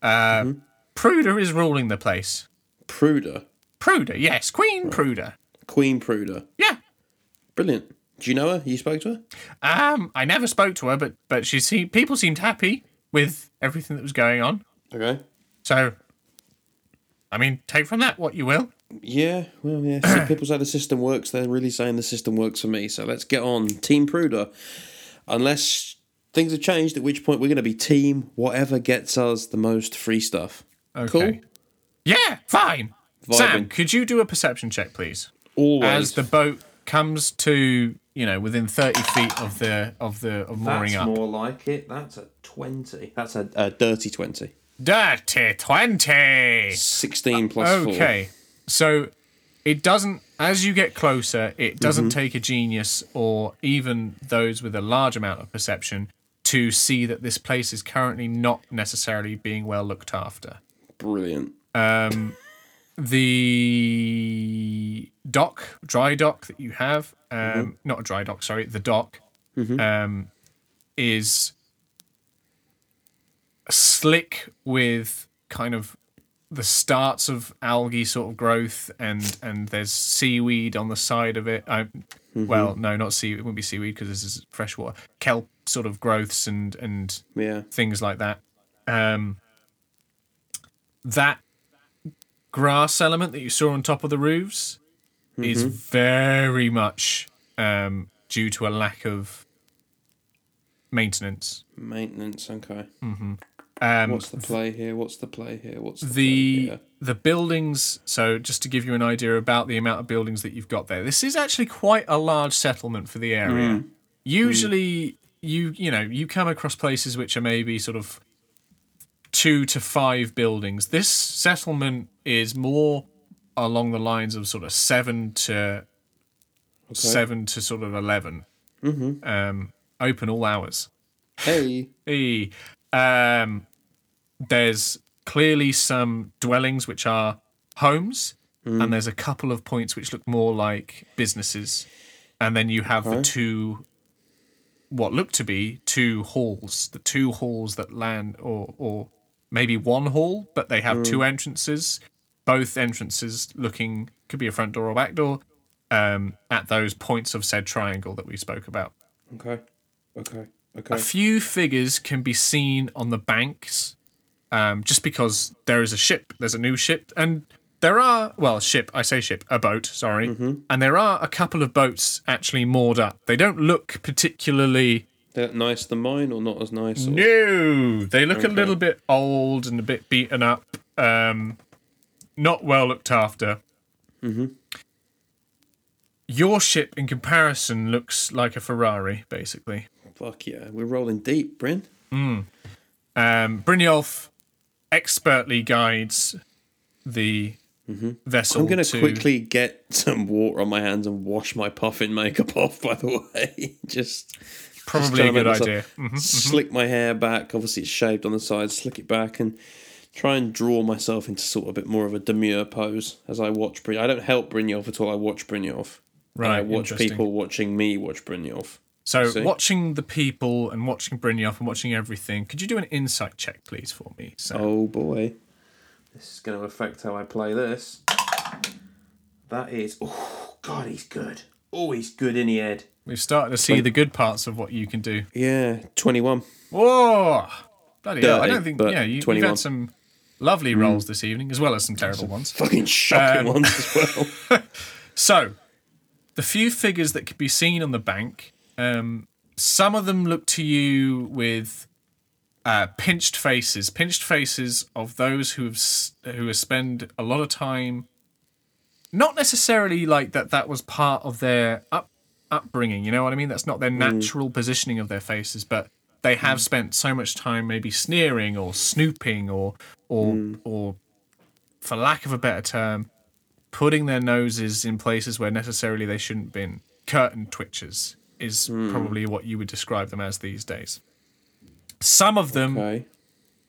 [SPEAKER 1] uh, Pruder is ruling the place.
[SPEAKER 2] Pruder.
[SPEAKER 1] Pruder, yes, Queen Pruder.
[SPEAKER 2] Queen Pruder.
[SPEAKER 1] Yeah.
[SPEAKER 2] Brilliant. Do you know her? You spoke to her?
[SPEAKER 1] Um, I never spoke to her, but but she seemed people seemed happy with everything that was going on.
[SPEAKER 2] Okay.
[SPEAKER 1] So, I mean, take from that what you will.
[SPEAKER 2] Yeah, well, yeah.
[SPEAKER 1] (clears throat)
[SPEAKER 2] So people say the system works. They're really saying the system works for me. So let's get on, Team Pruder. Unless things have changed, at which point we're going to be Team whatever gets us the most free stuff.
[SPEAKER 1] Okay. Yeah, fine. Sam,
[SPEAKER 2] Vibing.
[SPEAKER 1] could you do a perception check, please?
[SPEAKER 2] Always.
[SPEAKER 1] As the boat comes to you know within thirty feet of the of the of mooring up.
[SPEAKER 2] more like it. That's a twenty. That's a, a dirty twenty.
[SPEAKER 1] Dirty twenty.
[SPEAKER 2] Sixteen plus four.
[SPEAKER 1] Okay. So it doesn't as you get closer, it doesn't take a genius or even those with a large amount of perception to see that this place is currently not necessarily being well looked after.
[SPEAKER 2] Brilliant.
[SPEAKER 1] The dock, dry dock that you have, um, not a dry dock, sorry, the dock um, is slick with kind of the starts of algae sort of growth and and there's seaweed on the side of it i well no not seaweed it wouldn't be seaweed because this is freshwater kelp sort of growths and and
[SPEAKER 2] Yeah.
[SPEAKER 1] things like that um that grass element that you saw on top of the roofs is very much um due to a lack of maintenance
[SPEAKER 2] Maintenance. Okay.
[SPEAKER 1] um
[SPEAKER 2] What's the play here? What's the play here? What's the,
[SPEAKER 1] the
[SPEAKER 2] play here?
[SPEAKER 1] the buildings so just to give you an idea about the amount of buildings that you've got there this is actually quite a large settlement for the area usually you you know you come across places which are maybe sort of two to five buildings this settlement is more along the lines of sort of seven to seven to sort of 11 um open all hours
[SPEAKER 2] hey?
[SPEAKER 1] Hey, E, um, there's clearly some dwellings which are homes, and there's a couple of points which look more like businesses, and then you have the two, what look to be two halls, the two halls that land, or or maybe one hall, but they have two entrances, both entrances looking could be a front door or back door, um, at those points of said triangle that we spoke about.
[SPEAKER 2] Okay. Okay. Okay.
[SPEAKER 1] A few figures can be seen on the banks, um, just because there is a ship. There's a new ship, and there are well, ship. I say ship, a boat. Sorry, and there are a couple of boats actually moored up. They don't look particularly
[SPEAKER 2] They're nice than mine, or not as nice? Or...
[SPEAKER 1] new. They look a little bit old and a bit beaten up, um, not well looked after. Your ship, in comparison, looks like a Ferrari, basically.
[SPEAKER 2] Fuck yeah, we're rolling deep, Bryn.
[SPEAKER 1] Um, Brynjolf expertly guides the vessel.
[SPEAKER 2] Mm-hmm. I'm gonna
[SPEAKER 1] to,
[SPEAKER 2] quickly get some water on my hands and wash my puffin makeup (laughs) off. By the way, (laughs) just
[SPEAKER 1] probably
[SPEAKER 2] trying
[SPEAKER 1] a
[SPEAKER 2] to make
[SPEAKER 1] good
[SPEAKER 2] myself-
[SPEAKER 1] idea.
[SPEAKER 2] (laughs)
[SPEAKER 1] Mhm.
[SPEAKER 2] slick my hair back. Obviously, it's shaved on the side. Slick it back and try and draw myself into sort of a bit more of a demure pose as I watch Bryn. I don't help Brynjolf at all. I watch Brynjolf. And I
[SPEAKER 1] Right,
[SPEAKER 2] watch
[SPEAKER 1] interesting.
[SPEAKER 2] people watching me watch Brynjolf.
[SPEAKER 1] So
[SPEAKER 2] See?
[SPEAKER 1] watching the people and watching Brynjolf and watching everything. Could you do an insight check, please, for me? So
[SPEAKER 2] Oh boy. This is going to affect how I play this. That is. Oh, God, he's good. Oh, he's good in the head.
[SPEAKER 1] we've started to see the good parts of what you can do.
[SPEAKER 2] Yeah, 21.
[SPEAKER 1] Whoa! Bloody
[SPEAKER 2] Dirty,
[SPEAKER 1] hell. I don't think.
[SPEAKER 2] but Mm.
[SPEAKER 1] Yeah, you, you've
[SPEAKER 2] 21.
[SPEAKER 1] had some lovely rolls this evening, as well as some terrible ones.
[SPEAKER 2] Fucking shocking ones as well.
[SPEAKER 1] So, the few figures that could be seen on the bank, um, some of them look to you with uh, pinched faces, pinched faces of those who have s- who have spend a lot of time. Not necessarily like that. That was part of their up, upbringing. You know what I mean? That's not their natural positioning of their faces, but they have spent so much time maybe sneering or snooping or or or, for lack of a better term, putting their noses in places where necessarily they shouldn't been. Curtain twitches is probably what you would describe them as these days. Some of them
[SPEAKER 2] (laughs) Okay.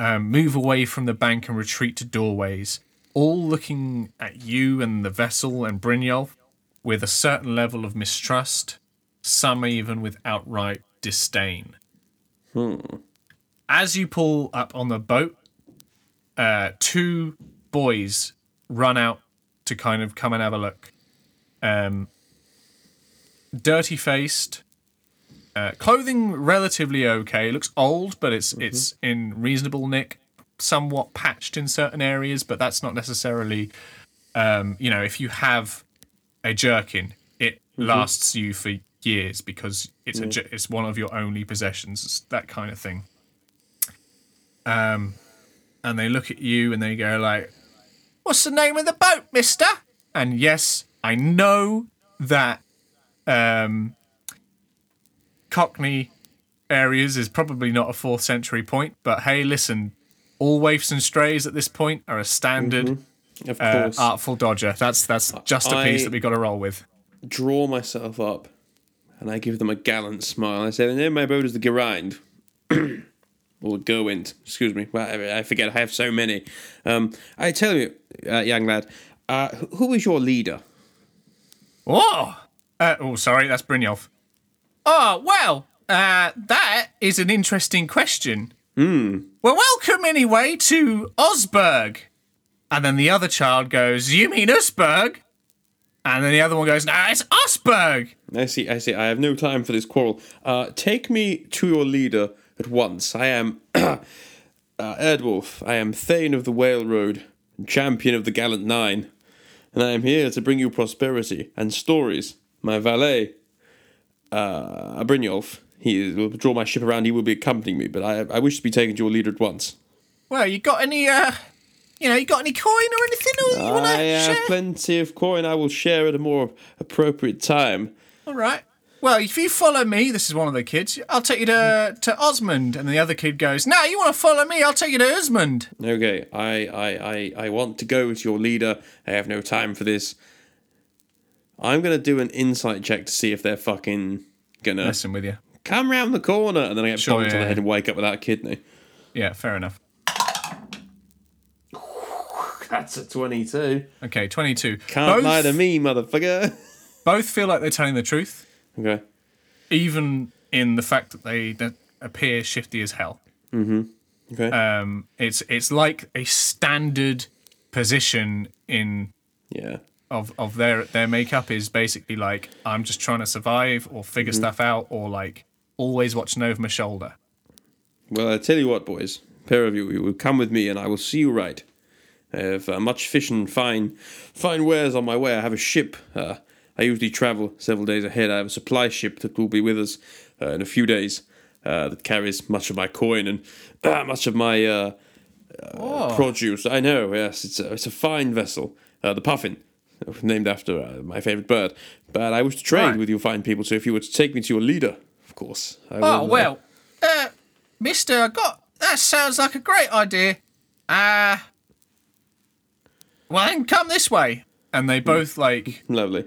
[SPEAKER 1] um, move away from the bank and retreat to doorways, all looking at you and the vessel and Brynjolf with a certain level of mistrust, some even with outright disdain. Hmm. As you pull up on the boat, uh, two boys run out to kind of come and have a look. Um, dirty faced, uh, clothing relatively okay. It looks old, but it's it's in reasonable nick. Somewhat patched in certain areas, but that's not necessarily. Um, you know, if you have a jerkin, it lasts you for years because it's a jer- it's one of your only possessions. It's that kind of thing. Um, and they look at you and they go like, "What's the name of the boat, Mister?" And yes, I know that Cockney areas is probably not a fourth century point, but hey, listen, all waifs and strays at this point are a standard
[SPEAKER 2] Of
[SPEAKER 1] uh,
[SPEAKER 2] course.
[SPEAKER 1] artful dodger. That's that's just a piece
[SPEAKER 2] I-
[SPEAKER 1] that we got to roll with.
[SPEAKER 2] draw myself up and I give them a gallant smile. I say, the name of my boat is the Gerind. (clears throat) or Gerwind, excuse me. Well, I forget, I have so many. Um, I tell you, uh, young lad, uh, wh- who is your leader?
[SPEAKER 1] Oh, uh, oh, sorry, that's Brynjolf. Oh well, uh, that is an interesting question. Well, welcome anyway to Osberg. And then the other child goes, "You mean Usberg?" And then the other one goes, "No, it's Osberg."
[SPEAKER 2] I see, I see, I have no time for this quarrel. Uh, take me to your leader at once. I am (clears throat) uh, Erdwulf, I am Thane of the Whale Road, champion of the Gallant Nine, and I am here to bring you prosperity and stories. My valet, uh, Brynjolf, he will draw my ship around, he will be accompanying me, but I, I wish to be taken to your leader at once.
[SPEAKER 1] Well, you got any, uh, you know, you got any coin or anything? Or you wanna
[SPEAKER 2] I uh, have
[SPEAKER 1] share?
[SPEAKER 2] plenty of coin, I will share at a more appropriate time.
[SPEAKER 1] All right. Well, if you follow me, this is one of the kids. I'll take you to to Osmond, and the other kid goes, "No, you want to follow me? I'll take you to Osmond."
[SPEAKER 2] Okay, I, I, I, I want to go to your leader. I have no time for this. I'm gonna do an insight check to see if they're fucking gonna
[SPEAKER 1] Messing with you.
[SPEAKER 2] come round the corner, and then I get
[SPEAKER 1] Sure,
[SPEAKER 2] bonked on the
[SPEAKER 1] yeah.
[SPEAKER 2] head and wake up without a kidney.
[SPEAKER 1] Yeah, fair enough.
[SPEAKER 2] That's a twenty-two.
[SPEAKER 1] Okay, twenty-two.
[SPEAKER 2] Can't
[SPEAKER 1] both,
[SPEAKER 2] lie to me, motherfucker. (laughs)
[SPEAKER 1] Both feel like they're telling the truth,
[SPEAKER 2] okay,
[SPEAKER 1] even in the fact that they don't appear shifty as hell.
[SPEAKER 2] okay.
[SPEAKER 1] Um, it's it's like a standard position in
[SPEAKER 2] yeah,
[SPEAKER 1] of of their their makeup is basically like I'm just trying to survive or figure stuff out or like always watching over my shoulder.
[SPEAKER 2] Well, I tell you what, boys, pair of you, you will come with me, and I will see you right. I have uh, much fish and fine, fine wares on my way. I have a ship. Uh, I usually travel several days ahead. I have a supply ship that will be with us uh, in a few days. Uh, that carries much of my coin and (clears throat) uh, much of my uh,
[SPEAKER 1] Oh.
[SPEAKER 2] uh, produce. I know. Yes, it's a, it's a fine vessel. Uh, the puffin, named after uh, my favorite bird. But I wish to trade
[SPEAKER 1] Right.
[SPEAKER 2] with you fine people. So if you were to take me to your leader, of course. I
[SPEAKER 1] Oh
[SPEAKER 2] will, uh,
[SPEAKER 1] well, uh, Mister, I got that sounds like a great idea. Uh well then come this way. And they both like
[SPEAKER 2] lovely.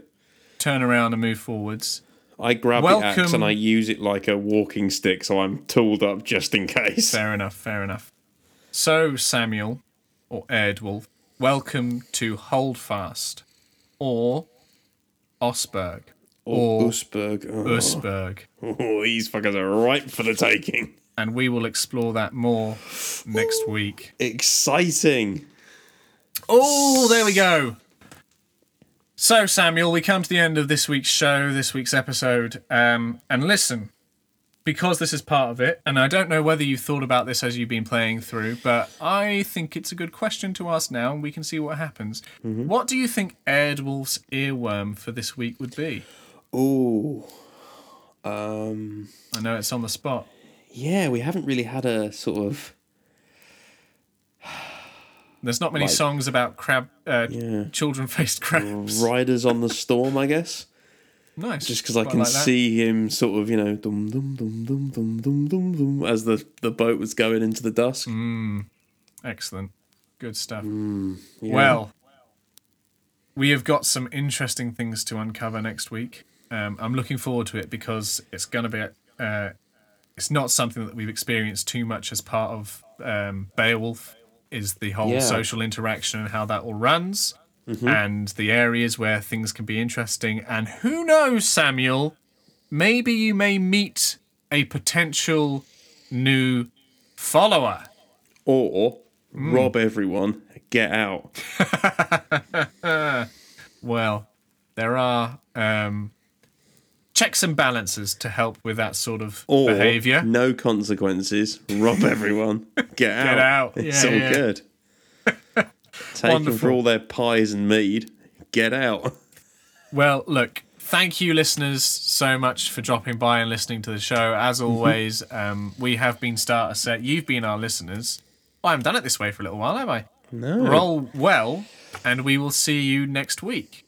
[SPEAKER 1] turn around and move forwards.
[SPEAKER 2] I grab the axe
[SPEAKER 1] Welcome-
[SPEAKER 2] and I use it like a walking stick, so I'm tooled up just in case.
[SPEAKER 1] Fair enough. Fair enough. So Samuel or Erdwulf, welcome to Holdfast or Osberg
[SPEAKER 2] Or
[SPEAKER 1] or
[SPEAKER 2] Usberg.
[SPEAKER 1] Uh,
[SPEAKER 2] Oh,
[SPEAKER 1] Usberg.
[SPEAKER 2] these fuckers are ripe for the taking.
[SPEAKER 1] and we will explore that more next week.
[SPEAKER 2] Exciting.
[SPEAKER 1] Oh, there we go. So, Samuel, we come to the end of this week's show, this week's episode. Um, and listen, because this is part of it, and I don't know whether you thought about this as you've been playing through, but I think it's a good question to ask now, and we can see what happens.
[SPEAKER 2] Mm-hmm.
[SPEAKER 1] What do you think Erdwulf's earworm for this week would be?
[SPEAKER 2] Ooh. Um.
[SPEAKER 1] I know it's on the spot.
[SPEAKER 2] Yeah, we haven't really had a sort of.
[SPEAKER 1] There's not many
[SPEAKER 2] Like-
[SPEAKER 1] songs about crab, uh, children faced crabs.
[SPEAKER 2] Riders on the Storm, I guess.
[SPEAKER 1] Nice.
[SPEAKER 2] Just because I
[SPEAKER 1] Quite
[SPEAKER 2] can
[SPEAKER 1] like that.
[SPEAKER 2] see him sort of, you know, dum dum dum dum dum dum dum dum as the, the boat was going into the dusk.
[SPEAKER 1] Mm. Excellent. Good stuff.
[SPEAKER 2] Mm, Yeah.
[SPEAKER 1] Well, we have got some interesting things to uncover next week. Um, I'm looking forward to it because it's going to be. Uh, it's not something that we've experienced too much as part of um, Beowulf. Is the whole
[SPEAKER 2] Yeah. Mm-hmm.
[SPEAKER 1] social interaction and how that all runs, and the areas where things can be interesting. And who knows, Samuel? Maybe you may meet a potential new follower.
[SPEAKER 2] or rob
[SPEAKER 1] Mm.
[SPEAKER 2] everyone, get out.
[SPEAKER 1] Well, there are um, checks and balances to help with that sort of
[SPEAKER 2] Or
[SPEAKER 1] behavior.
[SPEAKER 2] no consequences,
[SPEAKER 1] (laughs)
[SPEAKER 2] rob everyone, get, out.
[SPEAKER 1] out.
[SPEAKER 2] It's
[SPEAKER 1] Yeah,
[SPEAKER 2] all
[SPEAKER 1] yeah. (laughs)
[SPEAKER 2] good. Take them for
[SPEAKER 1] Wonderful.
[SPEAKER 2] all their pies and mead, get out. (laughs)
[SPEAKER 1] Well, look, thank you, listeners, so much for dropping by and listening to the show. As always, um, we have been Starter Set. You've been our listeners. I haven't done it this way for a little while, have I?
[SPEAKER 2] No.
[SPEAKER 1] Roll well, and we will see you next week.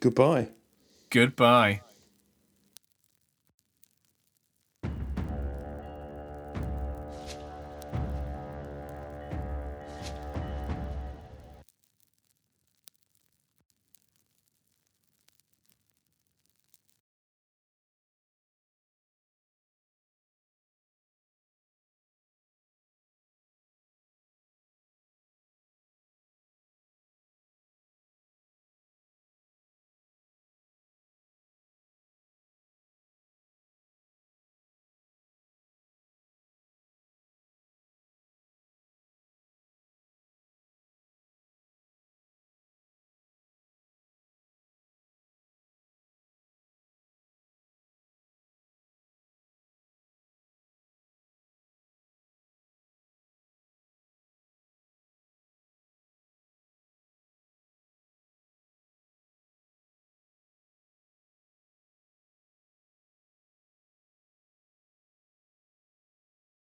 [SPEAKER 2] Goodbye.
[SPEAKER 1] Goodbye.